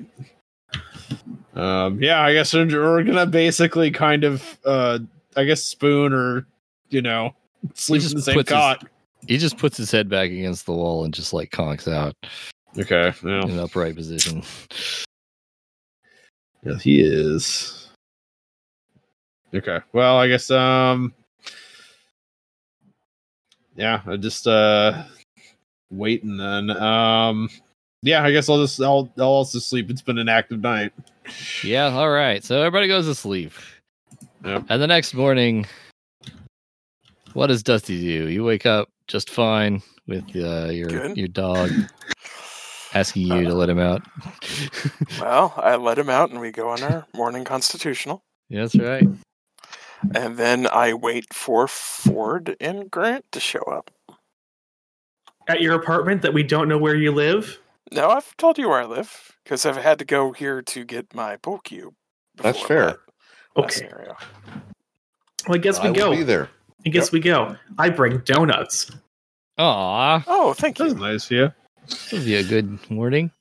Um, yeah, I guess we're, we're gonna basically kind of, uh, I guess spoon or you know, sleep in
just
the same
puts his-
cot.
He just puts his head back against the wall and just like conks out
Okay. Yeah.
in an upright position.
Yes, he is. Okay. Well, I guess um Yeah, I just uh waiting then. Um yeah, I guess I'll just I'll I'll also sleep. It's been an active night.
Yeah, all right. So everybody goes to sleep.
Yep.
And the next morning, what does Dusty do? You wake up just fine with uh, your
Good.
your dog asking you to let him out.
Well, I let him out and we go on our morning constitutional.
Yeah, That's right.
And then I wait for Ford and Grant to show up.
At your apartment that we don't know where you live.
Now, I've told you where I live because I've had to go here to get my pool cube.
That's
before
fair.
that- that
Okay.
scenario.
Well, I guess we
I
go.
will be there.
I guess we go. I bring donuts.
Aw,
Oh, thank
That was
you.
nice, yeah.
this would be a good morning.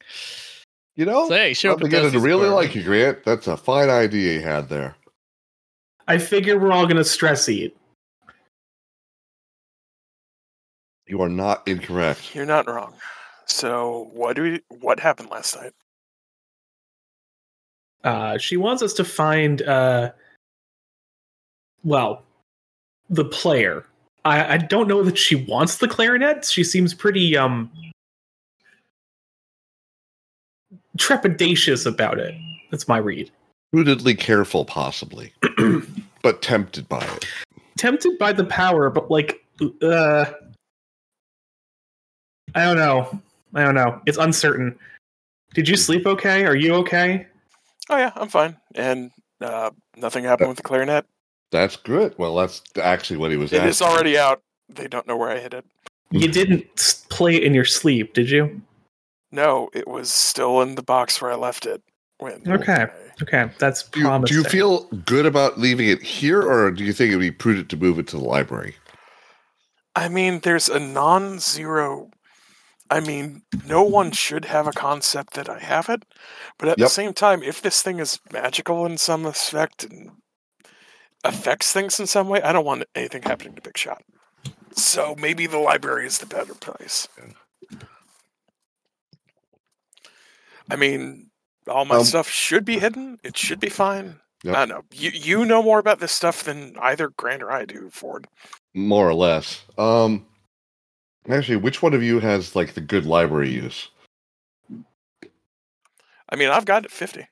You know,
So, hey, show up
I'm
at
beginning to
Dusty's
really
apartment.
like you, Grant. That's a fine idea you had there.
I figure we're all gonna stress eat.
You are not incorrect.
You're not wrong. So, what do we? What happened last night?
Uh, she wants us to find, uh, well, the player. I, I don't know that she wants the clarinet. She seems pretty um trepidatious about it. That's my read.
Prudently careful, possibly, but tempted by it.
Tempted by the power, but like, uh, I don't know. I don't know. It's uncertain. Did you sleep okay? Are you okay?
Oh yeah, I'm fine. And uh, nothing happened with the clarinet.
That's good. Well, that's actually what he was
It
asking.
is already out. They don't know where I hid it.
You didn't s- play it in your sleep, did you?
No, it was still in the box where I left it. When
Okay.
I-
Okay, that's
Do you, do
promising.
you feel good about leaving it here, or do you think it would be prudent to move it to the library?
I mean, there's a non zero. I mean, no one should have a concept that I have it. But at
Yep.
the same time, if this thing is magical in some effect and affects things in some way, I don't want anything happening to Big Shot. So maybe the library is the better place. I mean, all my
Um,
stuff should be hidden. It should be fine.
Yep.
I don't know. You, you know more about this stuff than either Grant or I do, Ford.
More or less. Um, actually, which one of you has like the good library use?
I mean, I've got it 50.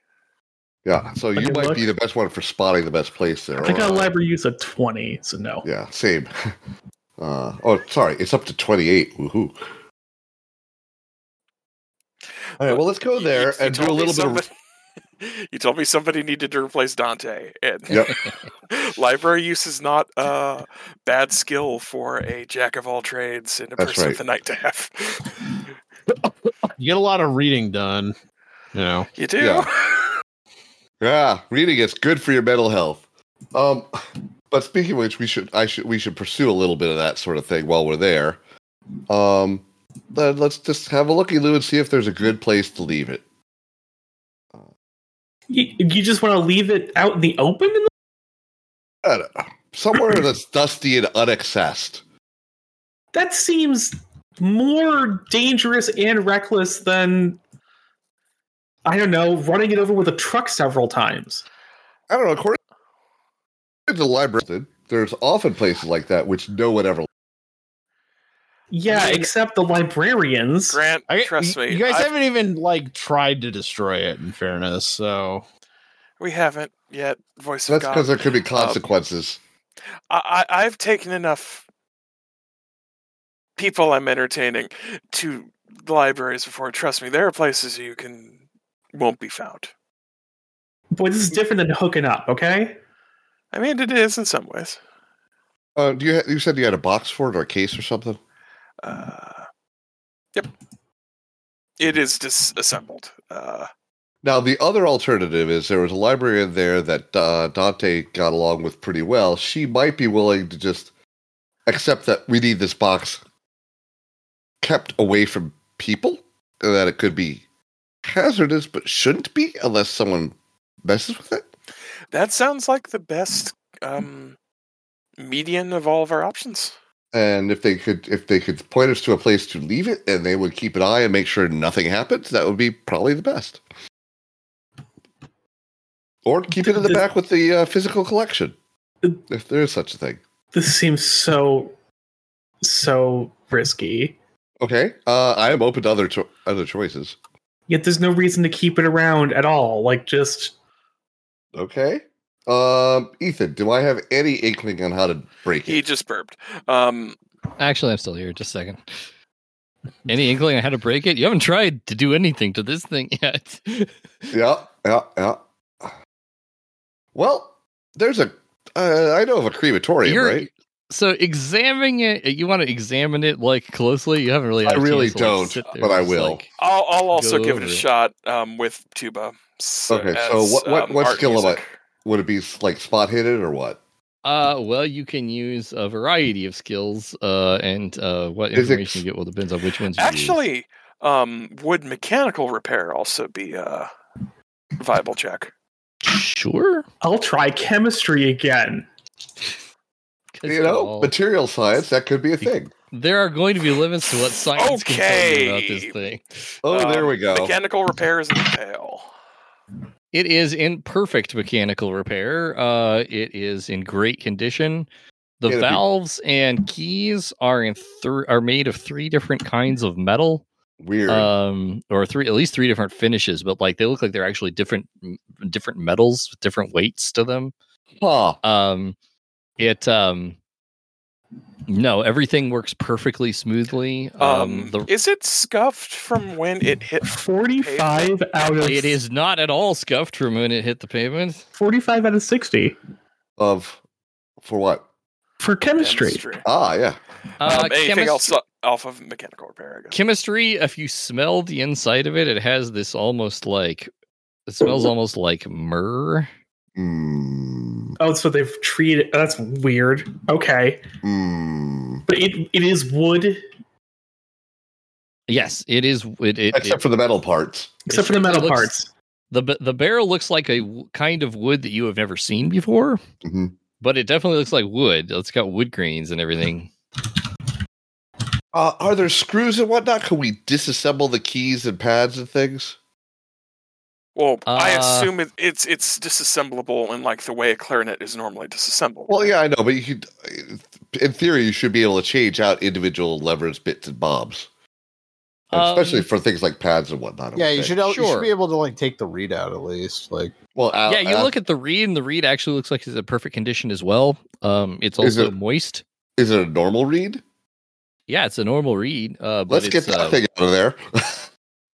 Yeah, so you
Okay,
might
look.
be the best one for spotting the best place there.
I got a
or-
library use of 20, so no.
Yeah, same. Uh, oh, sorry, it's up to twenty-eight. Woohoo! All right, well, let's go
You-
there
you- you
and do a
told me
little bit of
somebody- you told me somebody needed to replace Dante, and
Yep.
library use is not a bad skill for a jack of all trades and a
That's
person
right.
with a night to have.
You get a lot of reading done. You know.
You do.
Yeah, reading is good for your mental health. Um, but speaking of which, we should I should we should pursue a little bit of that sort of thing while we're there. Um, let, us just have a looky loo and see if there's a good place to leave it.
You, you just want to leave it out in the open? In the-
I don't know. Somewhere that's dusty and unaccessed.
that seems more dangerous and reckless than, I don't know, running it over with a truck several times.
I don't know. According to the library, there's often places like that which no one ever.
Yeah, except the librarians.
Grant,
I,
trust
you,
me.
You guys
I-
haven't even like tried to destroy it in fairness, so
we haven't yet. Voice
That's
of
because
God.
there could be consequences.
I, I I've taken enough people I'm entertaining to libraries before. Trust me, there are places you can won't be found.
Boy, this is different than hooking up, okay?
I mean, it is in some ways.
Uh, do you ha- you said you had a box for it or a case or something?
Uh, yep, it is disassembled. Uh,
Now the other alternative is there was a library in there that uh, Dante got along with pretty well. She might be willing to just accept that we need this box kept away from people, and that it could be hazardous, but shouldn't be unless someone messes with it.
that sounds like the best um, median of all of our options.
and if they could if they could point us to a place to leave it and they would keep an eye and make sure nothing happens that would be probably the best or keep it in the back with the uh, physical collection if there is such a thing
This seems so, so risky.
okay uh, i am open to other cho- other choices
Yet there's no reason to keep it around at all. Like, just
okay um ethan do i have any inkling on how to break
He
it
just burped. Um,
Actually, I'm still here. Just a second. Any inkling on how to break it? You haven't tried to do anything to this thing yet.
yeah yeah yeah well there's a uh, i know of a crematorium
You're-
right
So examining it, uh, you want to examine it like closely. You haven't really. had
I
a
really
chance to, like,
don't,
sit there
but I
and just,
will.
like-
I'll, I'll also
Go
give it a
over it.
shot um, with tuba. So, um,
Okay, so what- what- what
art
skill am I-
music.
would it be like spot hidden or what
Uh, well, you can use a variety of skills, uh, and uh, what
Physics.
information you get will depends on which ones. You use.
Actually, um, would mechanical repair also be a viable check?
sure.
I'll try chemistry again.
'Cause
you know,
all-
material science that could be a thing.
there are going to be limits to what science can tell you about
Okay.
this thing.
Oh,
uh,
there
Um,
we go.
Mechanical repair is in the pale.
It is in perfect mechanical repair. Uh, it is in great condition. The
It'll be-
valves and keys are in thr are made of three different kinds of metal.
Weird.
um or three at least three different finishes but like they look like they're actually different different metals with different weights to them
Huh.
um it um no everything works perfectly smoothly
Um,
um, the,
is it scuffed from when it hit?
45 out of
it is not at all scuffed from when it hit the pavement
45 out of 60
Of for what?
for chemistry.
Ah, yeah.
Um,
uh,
anything
chemist-
else off of mechanical repair? I guess.
chemistry if you smell the inside of it it has this almost like it smells almost like myrrh
Mm,
Oh, so they've treated oh, that's weird. Okay.
mm.
But it it is wood
yes it is it, it,
Except
it
for the metal parts.
except for the metal
looks-
parts.
the b- the barrel looks like a w- kind of wood that you have never seen before,
Mhm.
but it definitely looks like wood. It's got wood grains and everything.
Uh, are there screws and whatnot? Can we disassemble the keys and pads and things?
Well, I
Uh,
assume it, it's it's disassemblable in like the way a clarinet is normally disassembled.
Well, yeah, I know, but you could, uh, in theory, you should be able to change out individual levers, bits, and bobs, especially
Um,
for things like pads and whatnot. I
Yeah,
would
you
say.
should, al- you
Sure.
should be able to like take the readout at least. Like,
Well, uh,
yeah, you
uh,
look at the reed, and the reed actually looks like it's in perfect condition as well. Um, it's
Is
also
it-
moist.
Is it a normal read?
Yeah, it's a normal reed. Uh, but
Let's
it's,
get that
uh,
thing out of there.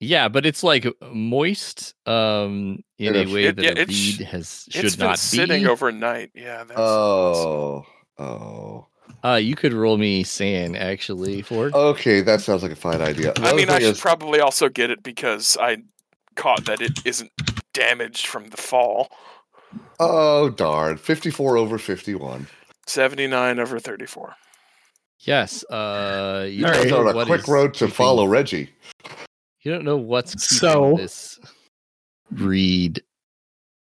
Yeah, but it's like moist um, in
Yeah,
a way
it-
that
yeah,
a
it sh-
reed has
it's
should
been
not
sitting
be.
overnight. Yeah. That's,
oh, oh.
uh, you could roll me sand actually for. it.
Oh.
Okay, that sounds like a fine idea.
I
Another
mean, I
thing
should
is-
probably also get it because I caught that it isn't damaged from the fall.
oh darn, fifty-four over fifty-one.
79 over 34.
yes. Uh, you
All
don't
right.
That's
know
on a
what
quick
is
road to
keeping-
follow Reggie.
You don't know what's keeping
So-
this reed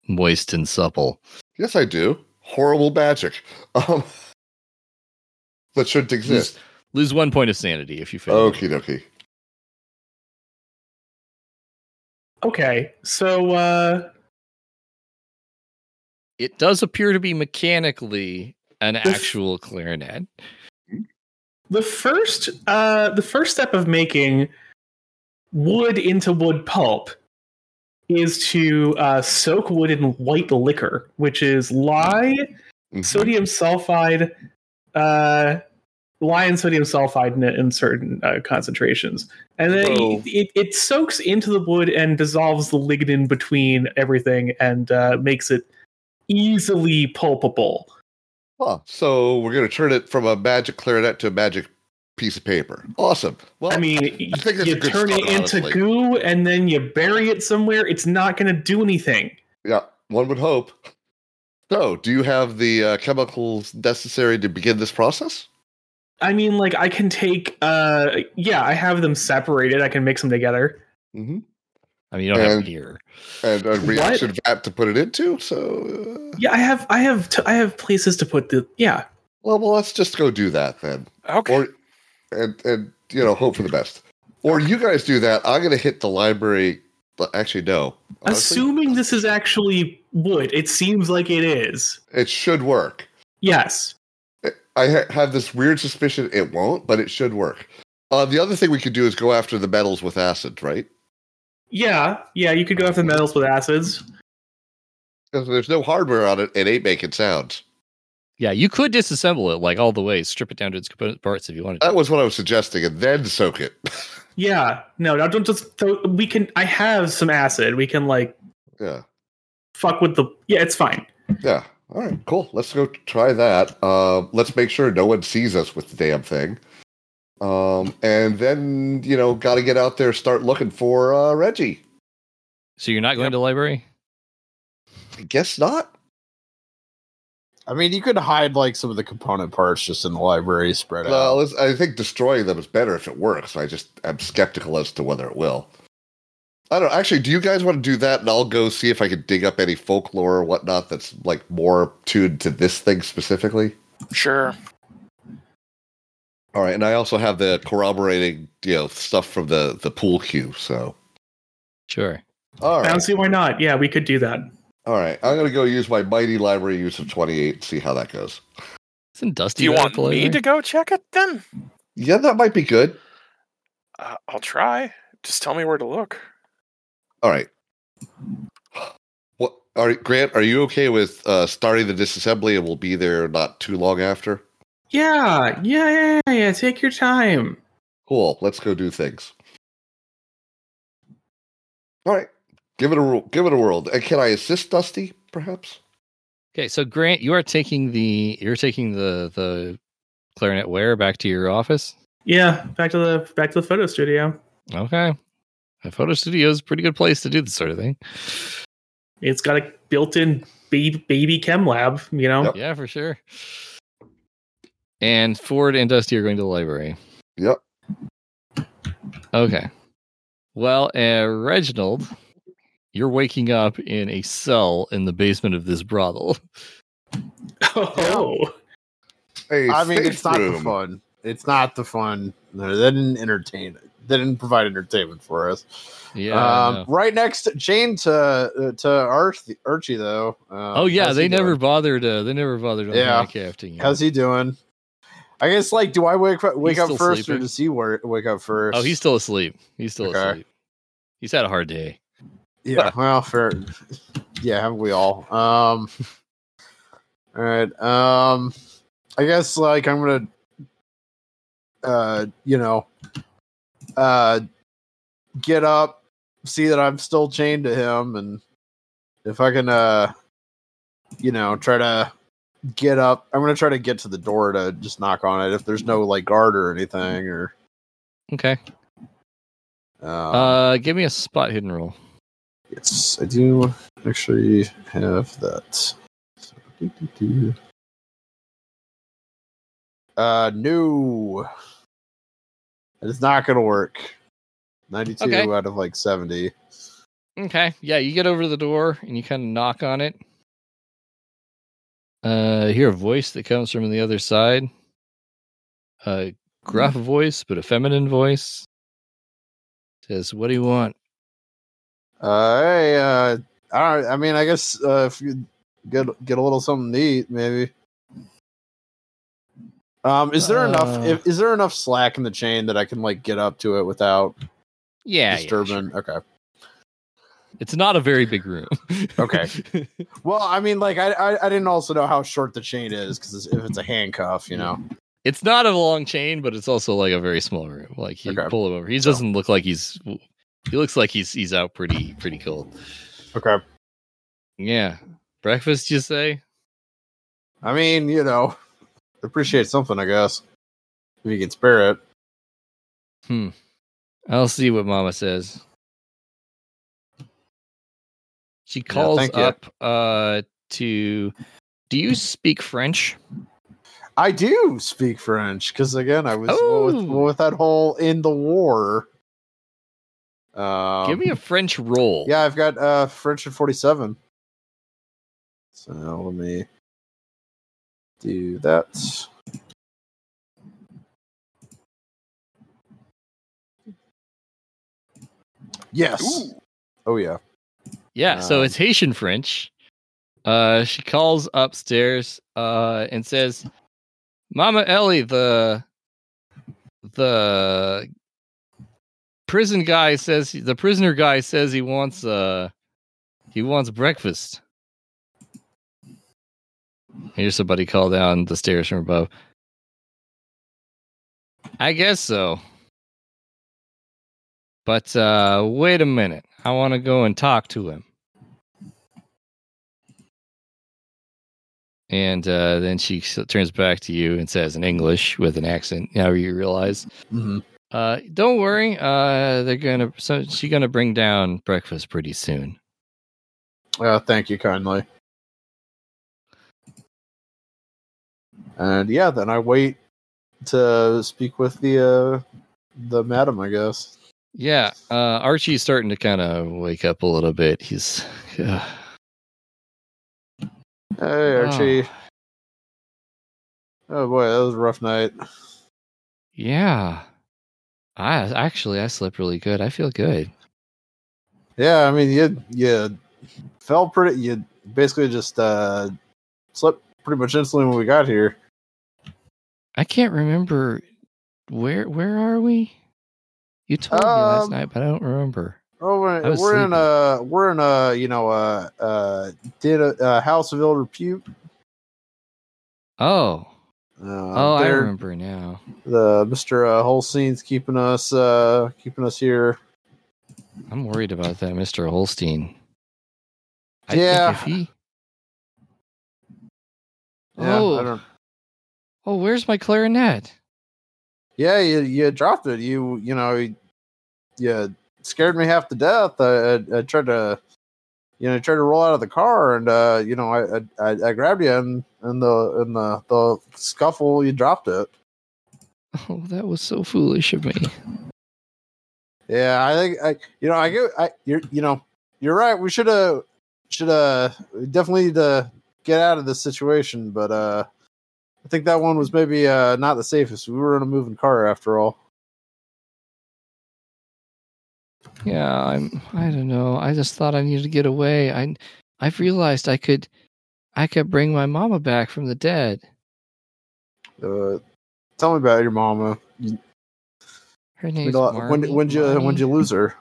moist and supple.
Yes, I do. Horrible magic. Um, that shouldn't
Lose,
exist.
lose one point of sanity if you fail.
Okie dokie.
Okay. So uh
It does appear to be mechanically an
This-
actual clarinet.
the first uh the first step of making wood into wood pulp is to uh, soak wood in white liquor, which is lye,
Mm-hmm.
sodium sulfide, uh, lion sodium sulfide in, in certain uh, concentrations, and then
Whoa.
it, it, it soaks into the wood and dissolves the lignin between everything and uh, makes it easily pulpable.
Huh. So we're going to turn it from a magic clarinet to a magic piece of paper. Awesome. Well,
I mean,
think that's
you
a good
turn it
start,
into
honestly.
goo and then you bury it somewhere. It's not going to do anything.
yeah, one would hope. So, do you have the uh, chemicals necessary to begin this process?
I mean, like I can take, uh, yeah, I have them separated. I can mix them together.
Mm-hmm.
I mean, you don't have
And-
gear.
And a
What?
reaction vat to put it into. So, uh,
Yeah, I have, I have, t- I have places to put the. Yeah,
well, well, let's just go do that then,
Okay.
or and and you know hope for the best. Or you guys do that. I'm going to hit the library. but Actually, no. Honestly,
assuming this is actually wood. It seems like it is.
it should work.
Yes.
I ha- have this weird suspicion it won't, but it should work. Uh, the other thing we could do is go after the metals with acid, right?
Yeah, yeah. You could go after metals with acids.
'Cause there's no hardware on it, it ain't making sounds.
Yeah, you could disassemble it like all the way, strip it down to its component parts if you wanted. to.
That was what I was suggesting, and then soak it.
Yeah. No, no. Don't just. Throw, we can. I have some acid. We can like
yeah,
fuck with the. Yeah, it's fine.
yeah. All right, cool. Let's go try that. Um, let's make sure no one sees us with the damn thing. Um, and then you know, got to get out there, start looking for uh, Reggie.
So you're not going to the library?
I guess not.
I mean, you could hide like some of the component parts just in the library, spread
Well,
out.
it's- I think destroying them is better if it works. I just am skeptical as to whether it will. I don't actually. Do you guys want to do that? And I'll go see if I can dig up any folklore or whatnot that's like more tuned to this thing specifically.
Sure.
All right, and I also have the corroborating you know stuff from the the pool cue. So
Sure.
all
I don't
right,
see why not. Yeah, we could do that.
all right. I'm gonna go use my mighty library use of 28 and see how that goes.
Isn't Dusty
Do you
there at
want
the
me
library?
to go check it then?
Yeah, that might be good.
Uh, I'll try. Just tell me where to look.
All right. What? All right, Grant. Are you okay with uh, starting the disassembly, and we'll be there not too long after?
Yeah, yeah, yeah, yeah, yeah. Take your time.
Cool. Let's go do things. All right. Give it a whirl- give it a whirl. And can I assist Dusty, perhaps?
Okay, so Grant, you are taking the you're taking the the clarinet ware back to your office.
Yeah, back to the back to the photo studio.
Okay. A photo studio is a pretty good place to do this sort of thing.
It's got a built-in baby, baby chem lab. You know.
Yep.
Yeah, for sure. And Ford and Dusty are going to the library.
Yep.
Okay. Well, uh, Reginald, you're waking up in a cell in the basement of this brothel.
Oh.
Hey,
I mean,
safe
it's not the
room.
fun. It's not the fun. No, they didn't entertain it. They didn't provide entertainment for us.
Yeah. I
um,
know.
right next to Jane to uh, to Arch- Archie though. Um,
oh yeah,
how's
they
he
never
doing?
bothered. Uh, they never bothered on
Yeah.
the crafting.
How's he doing? I guess like, do I wake up wake
He's
up
still
first or
sleeping.
does he wor- wake up first?
Oh, he's still asleep. He's still
Okay.
asleep. He's had a hard day.
yeah. well, fair. Yeah, haven't we all? Um. all right. Um. I guess like I'm gonna. Uh, you know. Uh, get up, see that I'm still chained to him, and if I can, uh, you know, try to get up. I'm gonna try to get to the door to just knock on it if there's no like guard or anything or.
Okay.
Um,
Uh, give me a spot hidden roll.
Yes, I do actually have that. Uh, no. It is not going to work. 92
Okay.
out of like 70.
Okay. Yeah, you get over to the door and you kind of knock on it. Uh, you hear a voice that comes from the other side. A gruff voice, but a feminine voice. Says, "What do you want?"
Uh, hey, uh, all right. I mean, I guess uh, if you get get a little something to eat, maybe. Um, is there
Uh.
enough? If, is there enough slack in the chain that I can like get up to it without
Yeah. yeah, sure.
disturbing? Okay.
It's not a very big room.
Okay. Well, I mean, like I, I, I didn't also know how short the chain is because if it's a handcuff, you know.
it's not a long chain, but it's also like a very small room. Like you
Okay.
pull him over. He doesn't look like he's. He looks like he's he's out pretty pretty cold.
Okay.
Yeah. Breakfast, you say?
I mean, you know, appreciate something, I guess. If you can spare it.
I'll see what Mama says. She
Yeah,
calls
thank you.
up uh to. Do you speak French?
I do speak French because again, I was well, with,
Oh.
well, with that whole in the war. Um,
Give me a French roll.
Yeah, I've got uh French at 47. So let me do that. Yes.
Ooh.
Oh yeah.
Yeah, so
Um,
it's Haitian French. Uh, she calls upstairs uh, and says, "Mama Ellie, the the prison guy says the prisoner guy says he wants uh he wants breakfast." Here's somebody call down the stairs from above. I guess so. But uh, wait a minute. I want to go and talk to him. And uh, then she s- turns back to you and says in English with an accent. Now you realize.
Mhm.
Uh, don't worry. Uh, they're gonna. So she's gonna bring down breakfast pretty soon.
Uh, thank you kindly. And yeah, then I wait to speak with the uh the madam, I guess.
Yeah. Uh, Archie's starting to kind of wake up a little bit. He's.
Hey
Ah.
Archie. oh boy, that was a rough night.
yeah. I actually I slept really good. I feel good.
Yeah, I mean you you fell pretty you basically just uh slept pretty much instantly when we got here.
I can't remember where where are we? You told me last
Um,
night, but I don't remember.
Oh
I
we're,
was
we're in
sleeping.
a we're in a you know uh uh did a, a house of ill repute.
Oh,
Uh,
oh, I
they're-
remember now.
The Mister uh, Holstein's keeping us uh keeping us here.
I'm worried about that, Mister Holstein. I
Yeah.
Think if he...
Yeah,
Oh.
I don't,
Oh, where's my clarinet?
yeah, you you dropped it. You you know you scared me half to death. I, I, I tried to you know tried to roll out of the car and uh you know I I, I grabbed you and in the in the the scuffle you dropped it.
Oh, that was so foolish of me.
Yeah, I think I you know I get I you're you know you're right. We should have should uh definitely need to get out of this situation, but uh I think that one was maybe uh not the safest. We were in a moving car after all.
Yeah, I'm. I don't know. I just thought I needed to get away. I, I've realized I could, I could bring my mama back from the dead.
Uh, tell me about your mama.
Her
When
name's
when
Marnie-
when you when
Marnie.
you lose her?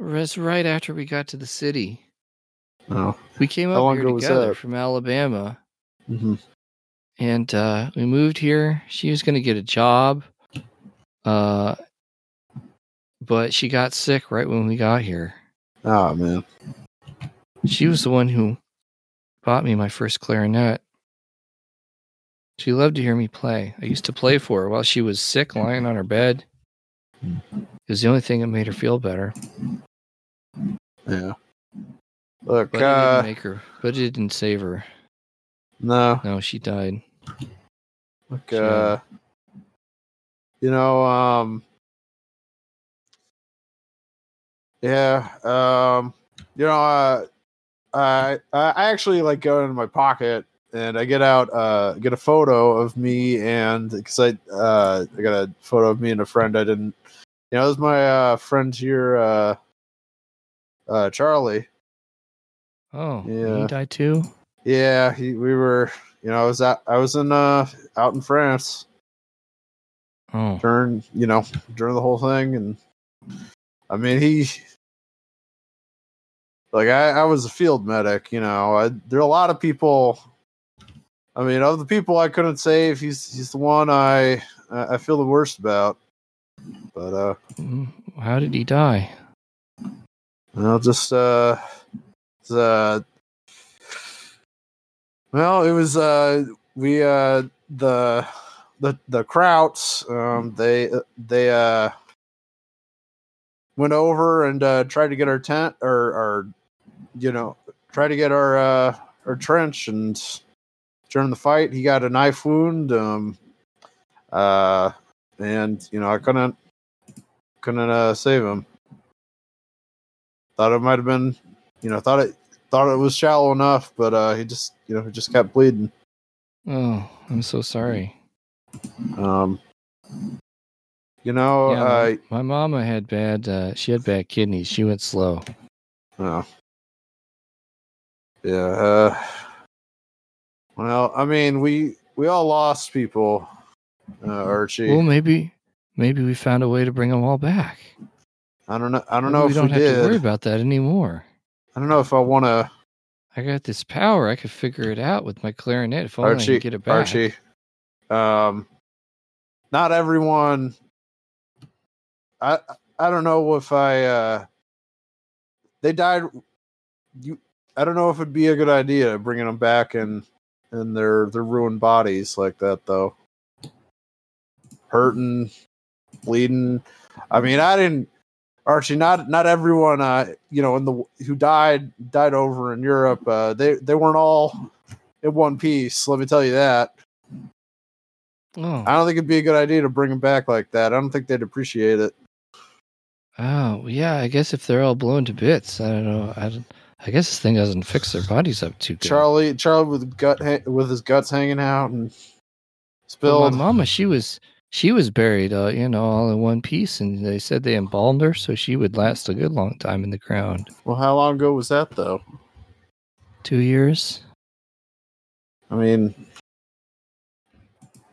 That's right after we got to the city.
Oh.
We came
How
up
long
here
ago was
together
that?
from Alabama,
Mm-hmm.
and uh, we moved here. She was going to get a job, uh, but she got sick right when we got here.
Oh man.
She was the one who bought me my first clarinet. She loved to hear me play. I used to play for her while she was sick, lying on her bed. It was the only thing that made her feel better,
Yeah. Look,
but it
uh
didn't make her. But it didn't save her.
no.
No, she died.
Like,
Sure.
uh, you know, um, yeah, um, you know, uh, I I actually like go into my pocket and I get out uh get a photo of me and because I uh I got a photo of me and a friend I didn't you know it was my uh friend here uh uh Charlie
Oh,
Yeah.
he died too.
yeah he, we were you know I was at I was in uh out in France
Oh,
during you know during the whole thing and i mean he like I, I was a field medic, you know. I, there are a lot of people. I mean, of the people I couldn't save, he's he's the one I I I feel the worst about. But uh,
Mm-hmm. How did he die?
well, just uh, the well, it was uh, we uh the the the Krauts um they they uh went over and uh tried to get our tent or or you know try to get our uh our trench and during the fight he got a knife wound um uh and you know I couldn't couldn't uh save him thought it might have been you know thought it thought it was shallow enough but uh he just you know he just kept bleeding
Oh, I'm so sorry.
um you know
Yeah,
uh
my, my mama had bad. Uh, she had bad kidneys. She went slow.
Oh. Yeah. Uh, well, I mean, we we all lost people, uh, Archie.
Well, maybe, maybe we found a way to bring them all back.
I don't know. I don't
Maybe
know
we
if
don't
we
have to worry
did.
about that anymore.
I don't know if I want to,
I got this power. I could figure it out with my clarinet. If only I
Archie.
could get it back.
Archie. Um, not everyone. I I don't know if I. Uh, they died. You. I don't know if it'd be a good idea bringing them back and and their their ruined bodies like that though. Hurting, bleeding. I mean, I didn't. Archie, not not everyone, uh, you know, in the who died died over in Europe. Uh, they they weren't all in one piece. Let me tell you that.
Oh,
I don't think it'd be a good idea to bring them back like that. I don't think they'd appreciate it.
oh, yeah. I guess if they're all blown to bits, I don't know. I, don't- I guess this thing doesn't fix their bodies up too good.
Charlie, Charlie with gut ha- with his guts hanging out and
Well,
spilled.
my mama, she was she was buried, uh, you know, all in one piece, and they said they embalmed her so she would last a good long time in the ground.
well, how long ago was that though?
Two years.
I mean,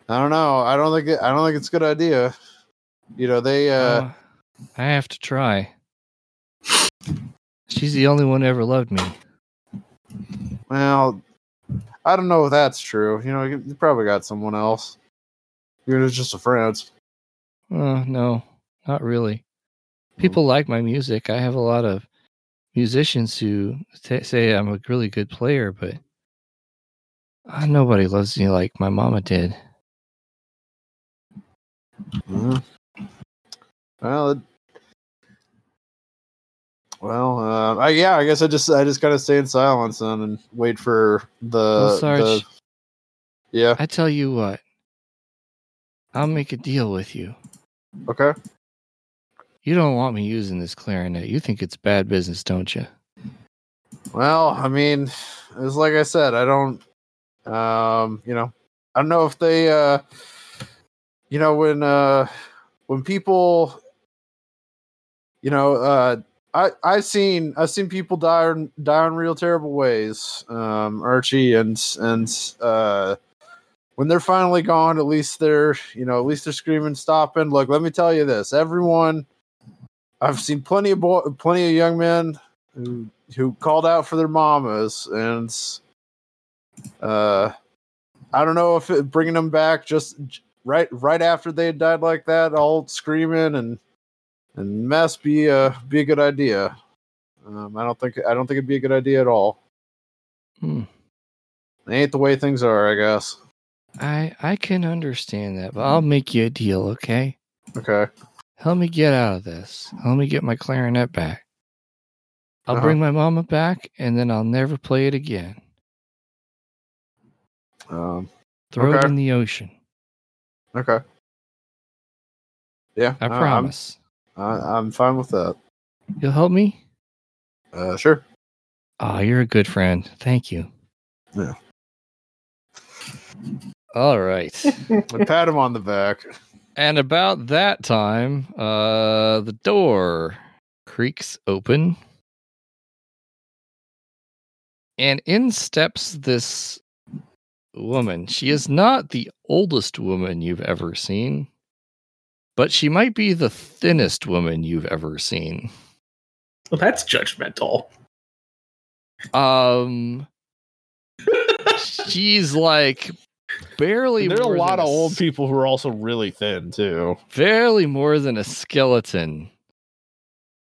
I don't know. I don't think it, I don't think it's a good idea. You know, they. uh
Oh, I have to try. She's the only one who ever loved me.
Well, I don't know if that's true. You know, you you probably got someone else. You're just a friend.
Oh, no, not really.
Hmm.
People like my music. I have a lot of musicians who t- say I'm a really good player, but uh, nobody loves me like my mama did.
Mhm. Well, it, well, uh, I, yeah. I guess I just I just gotta stay in silence and, and wait for the,
Well, Sarge,
the- yeah.
I tell you what, I'll make a deal with you.
Okay.
You don't want me using this clarinet. You think it's bad business, don't you?
Well, I mean, it's like I said. I don't. Um, you know, I don't know if they. Uh, you know when uh when people. You know, uh, I I've seen I've seen people die in, die in real terrible ways, um, Archie, and and uh, when they're finally gone, at least they're you know at least they're screaming, stopping. Look, let me tell you this: everyone, I've seen plenty of boy, plenty of young men who who called out for their mamas, and uh, I don't know if it, bringing them back just j- right right after they had died like that, all screaming and and mess be a be a good idea. Um, I don't think I don't think it'd be a good idea at all.
Hmm.
It ain't the way things are, I guess.
I I can understand that, but
Hmm.
I'll make you a deal, okay?
Okay.
Help me get out of this. Help me get my clarinet back. I'll
Uh-huh.
bring my mama back, and then I'll never play it again.
Um,
Throw it
Okay.
in the ocean.
okay. Yeah,
I
I'm-
promise.
I, I'm fine with that.
You'll help me?
Uh, sure.
Oh, you're a good friend. Thank you.
Yeah.
All right.
I pat him on the back.
And about that time, uh, the door creaks open. And in steps this woman. She is not the oldest woman you've ever seen, but she might be the thinnest woman you've ever seen.
Well, that's judgmental.
Um, she's like barely.
There are
more
a lot
than
of
a
old
s-
people who are also really thin too.
barely more than a skeleton.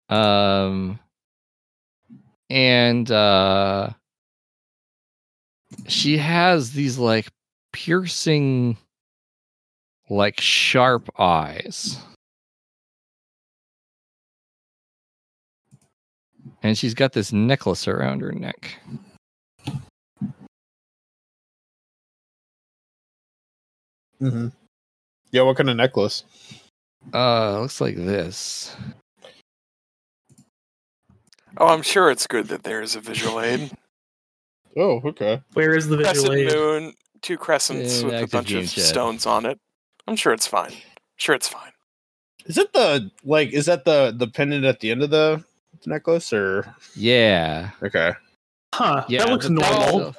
Um and uh she has these like piercing like sharp eyes. And she's got this necklace around her neck.
Mm-hmm. Yeah, what kind of necklace?
Uh looks like this.
Oh, I'm sure it's good that there is a visual aid.
Oh, okay.
Where is the visual
Crescent
aid?
moon, two crescents
Yeah,
with a
active
bunch
gene
of
check.
stones on it. I'm sure it's fine. Sure, it's fine.
Is it the like? Is that the the pendant at the end of the necklace or?
Yeah.
Okay.
Huh?
Yeah.
that looks
the thing
normal.
itself-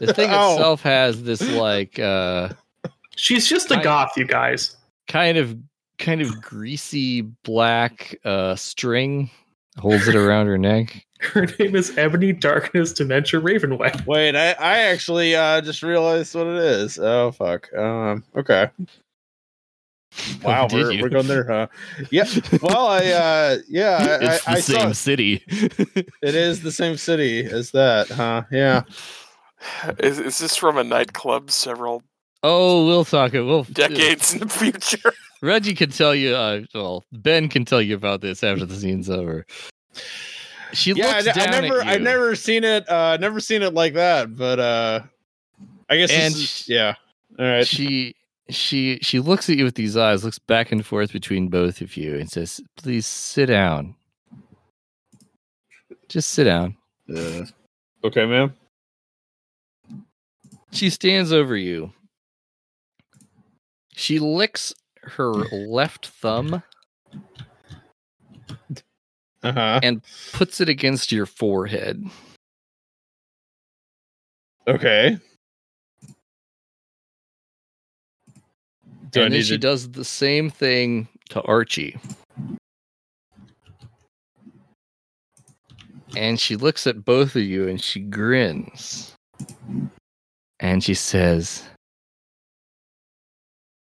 The thing
Ow.
itself has this like uh
She's just a
I-
goth, you guys.
kind of kind of greasy black uh string holds it around her neck
Her name is Ebony Darkness Dementia Ravenway.
Wait, I I actually uh just realized what it is. Oh fuck. Um. Okay. Wow,
did
we're,
you?
we're going there, huh? Yeah. Well, I uh yeah, I,
it's
I,
the
I saw
same city
it is the same city as that, huh? Yeah.
Is, is this from a nightclub several
oh we'll talk it we'll
decades in the future?
reggie can tell you uh well ben can tell you about this after the scene's over she
yeah, I,
looks
ne- I
down
never
at you
I never seen it uh never seen it like that, but uh I guess
And
this is-
sh-
yeah. All right.
she she she looks at you with these eyes looks back and forth between both of you and says please sit down just sit down
Uh, okay, ma'am.
She stands over you. She licks her left thumb,
Uh-huh.
puts it against your forehead.
Okay. Do I
and then
need
she
to
does the same thing to Archie. And she looks at both of you and she grins. And she says,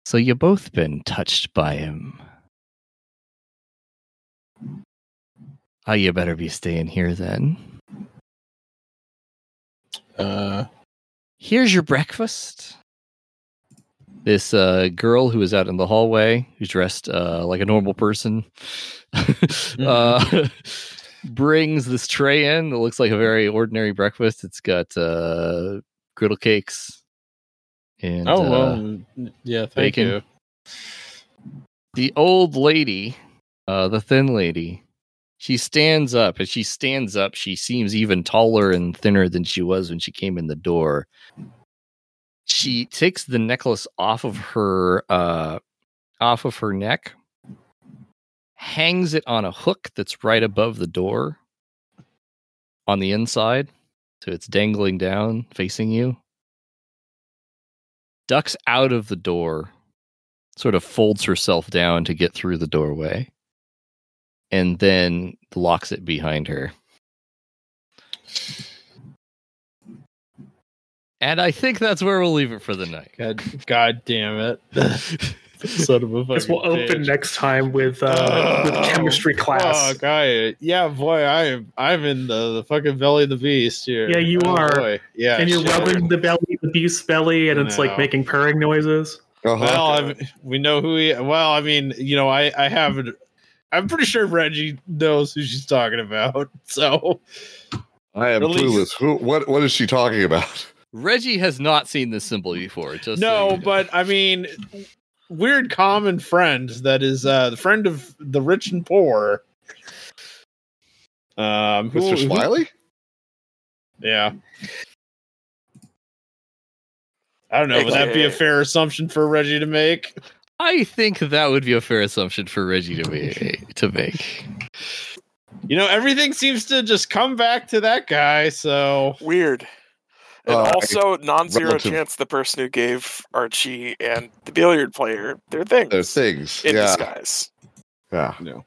So you both been touched by him. Oh, you better be staying here then.
uh
here's your breakfast. This uh, girl who is out in the hallway, who's dressed uh, like a normal person, uh, brings this tray in that looks like a very ordinary breakfast. It's got uh, griddle cakes and
Oh
uh,
well yeah, thank
bacon.
you.
the old lady, uh, the thin lady, she stands up. As she stands up, she seems even taller and thinner than she was when she came in the door. She takes the necklace off of her uh, off of her neck, hangs it on a hook that's right above the door on the inside, so it's dangling down facing you. Ducks out of the door sort of folds herself down to get through the doorway and then locks it behind her. And I think that's where we'll leave it for the night.
God, God damn it. Son of a
This
fucking
will open
bitch.
next time with uh, with
Oh,
chemistry class.
Fuck, I, yeah, boy, I'm I'm in the, the fucking belly of the beast here.
Yeah, you
Oh,
are.
boy. Yeah,
and you're
shit.
rubbing the belly, the beast's belly, and it's
No.
like making purring noises.
Uh-huh.
Well, I'm, we know who he. Well, I mean, you know, I I have. I'm pretty sure Reggie knows who she's talking about. So
I am
release-
clueless. Who? What? What is she talking about?
Reggie has not seen this symbol before. Just so
no,
you know.
but I mean, weird common friend that is uh, the friend of the rich and poor. Um, who-
Mr.
who-
Smiley?
Yeah. I don't know. Would that be a fair assumption for Reggie to make?
I think that would be a fair assumption for Reggie to make. To make.
You know, everything seems to just come back to that guy. So
Weird. And
Uh,
also, non-zero
relative-
chance the person who gave Archie and the billiard player their things
Those things.
in
yeah.
disguise.
Yeah.
no.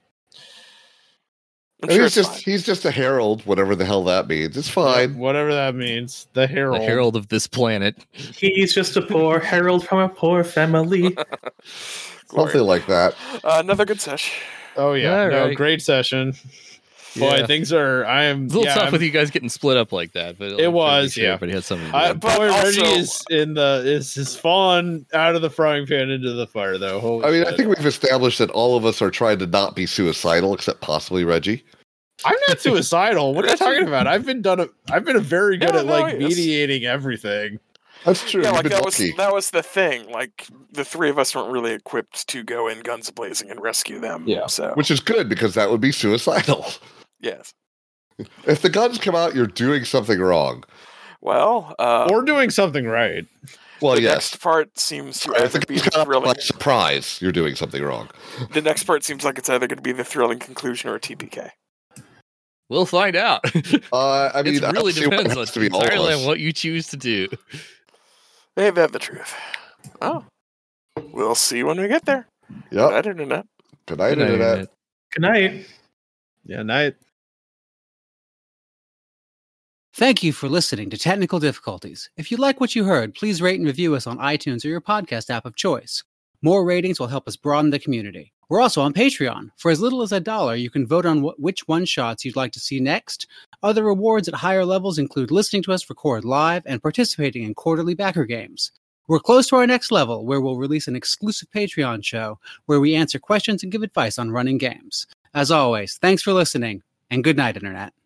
I'm
And
sure
he's
it's
just
fine.
he's just a herald, whatever the hell that means. It's fine.
Whatever that means. The
The
Herald.
herald of this planet.
He's just a poor herald from a poor family.
Glory.
Something like that.
Uh, another good sesh.
Oh yeah.
All
no,
right.
great session. Boy,
Yeah.
things are I am
It's a little
yeah,
tough
I'm-
with you guys getting split up like that, but like, I'm
was,
sure
yeah.
Everybody had something. to
I,
do.
boy,
also-
Reggie is in the is has fallen out of the frying pan into the fire though. Holy
I mean, I
shit.
think we've established that all of us are trying to not be suicidal, except possibly Reggie.
I'm not suicidal. What are you talking about? I've been done. A, I've been very good
No,
at
no,
like
yes.
mediating everything.
That's true.
Yeah,
You've
like
been
that was
lucky.
that was the thing. Like the three of us weren't really equipped to go in guns blazing and rescue them.
Yeah.
So
which is good because that would be suicidal.
yes.
If the guns come out, you're doing something wrong.
Well, uh,
We're doing something right.
Well,
the
yes.
next part seems to
If
either
the
be
guns
the
come out
thrilling.
by surprise, you're doing something wrong.
The next part seems like it's either going to be the thrilling conclusion or a TPK.
we'll find out.
Uh, I mean,
it
I don't
really
see why it
depends
has
on
to be all of
entirely
us.
on what you choose to do.
Ain't that the truth? Oh, we'll see when we get there.
Yep.
I don't know.
Good night, internet.
Good night.
Yeah, night.
Thank you for listening to Technical Difficulties. If you like what you heard, please rate and review us on iTunes or your podcast app of choice. More ratings will help us broaden the community. We're also on Patreon. For as little as a dollar, you can vote on wh- which one shots you'd like to see next. Other rewards at higher levels include listening to us record live and participating in quarterly backer games. We're close to our next level, where we'll release an exclusive Patreon show where we answer questions and give advice on running games. As always, thanks for listening, and good night, Internet.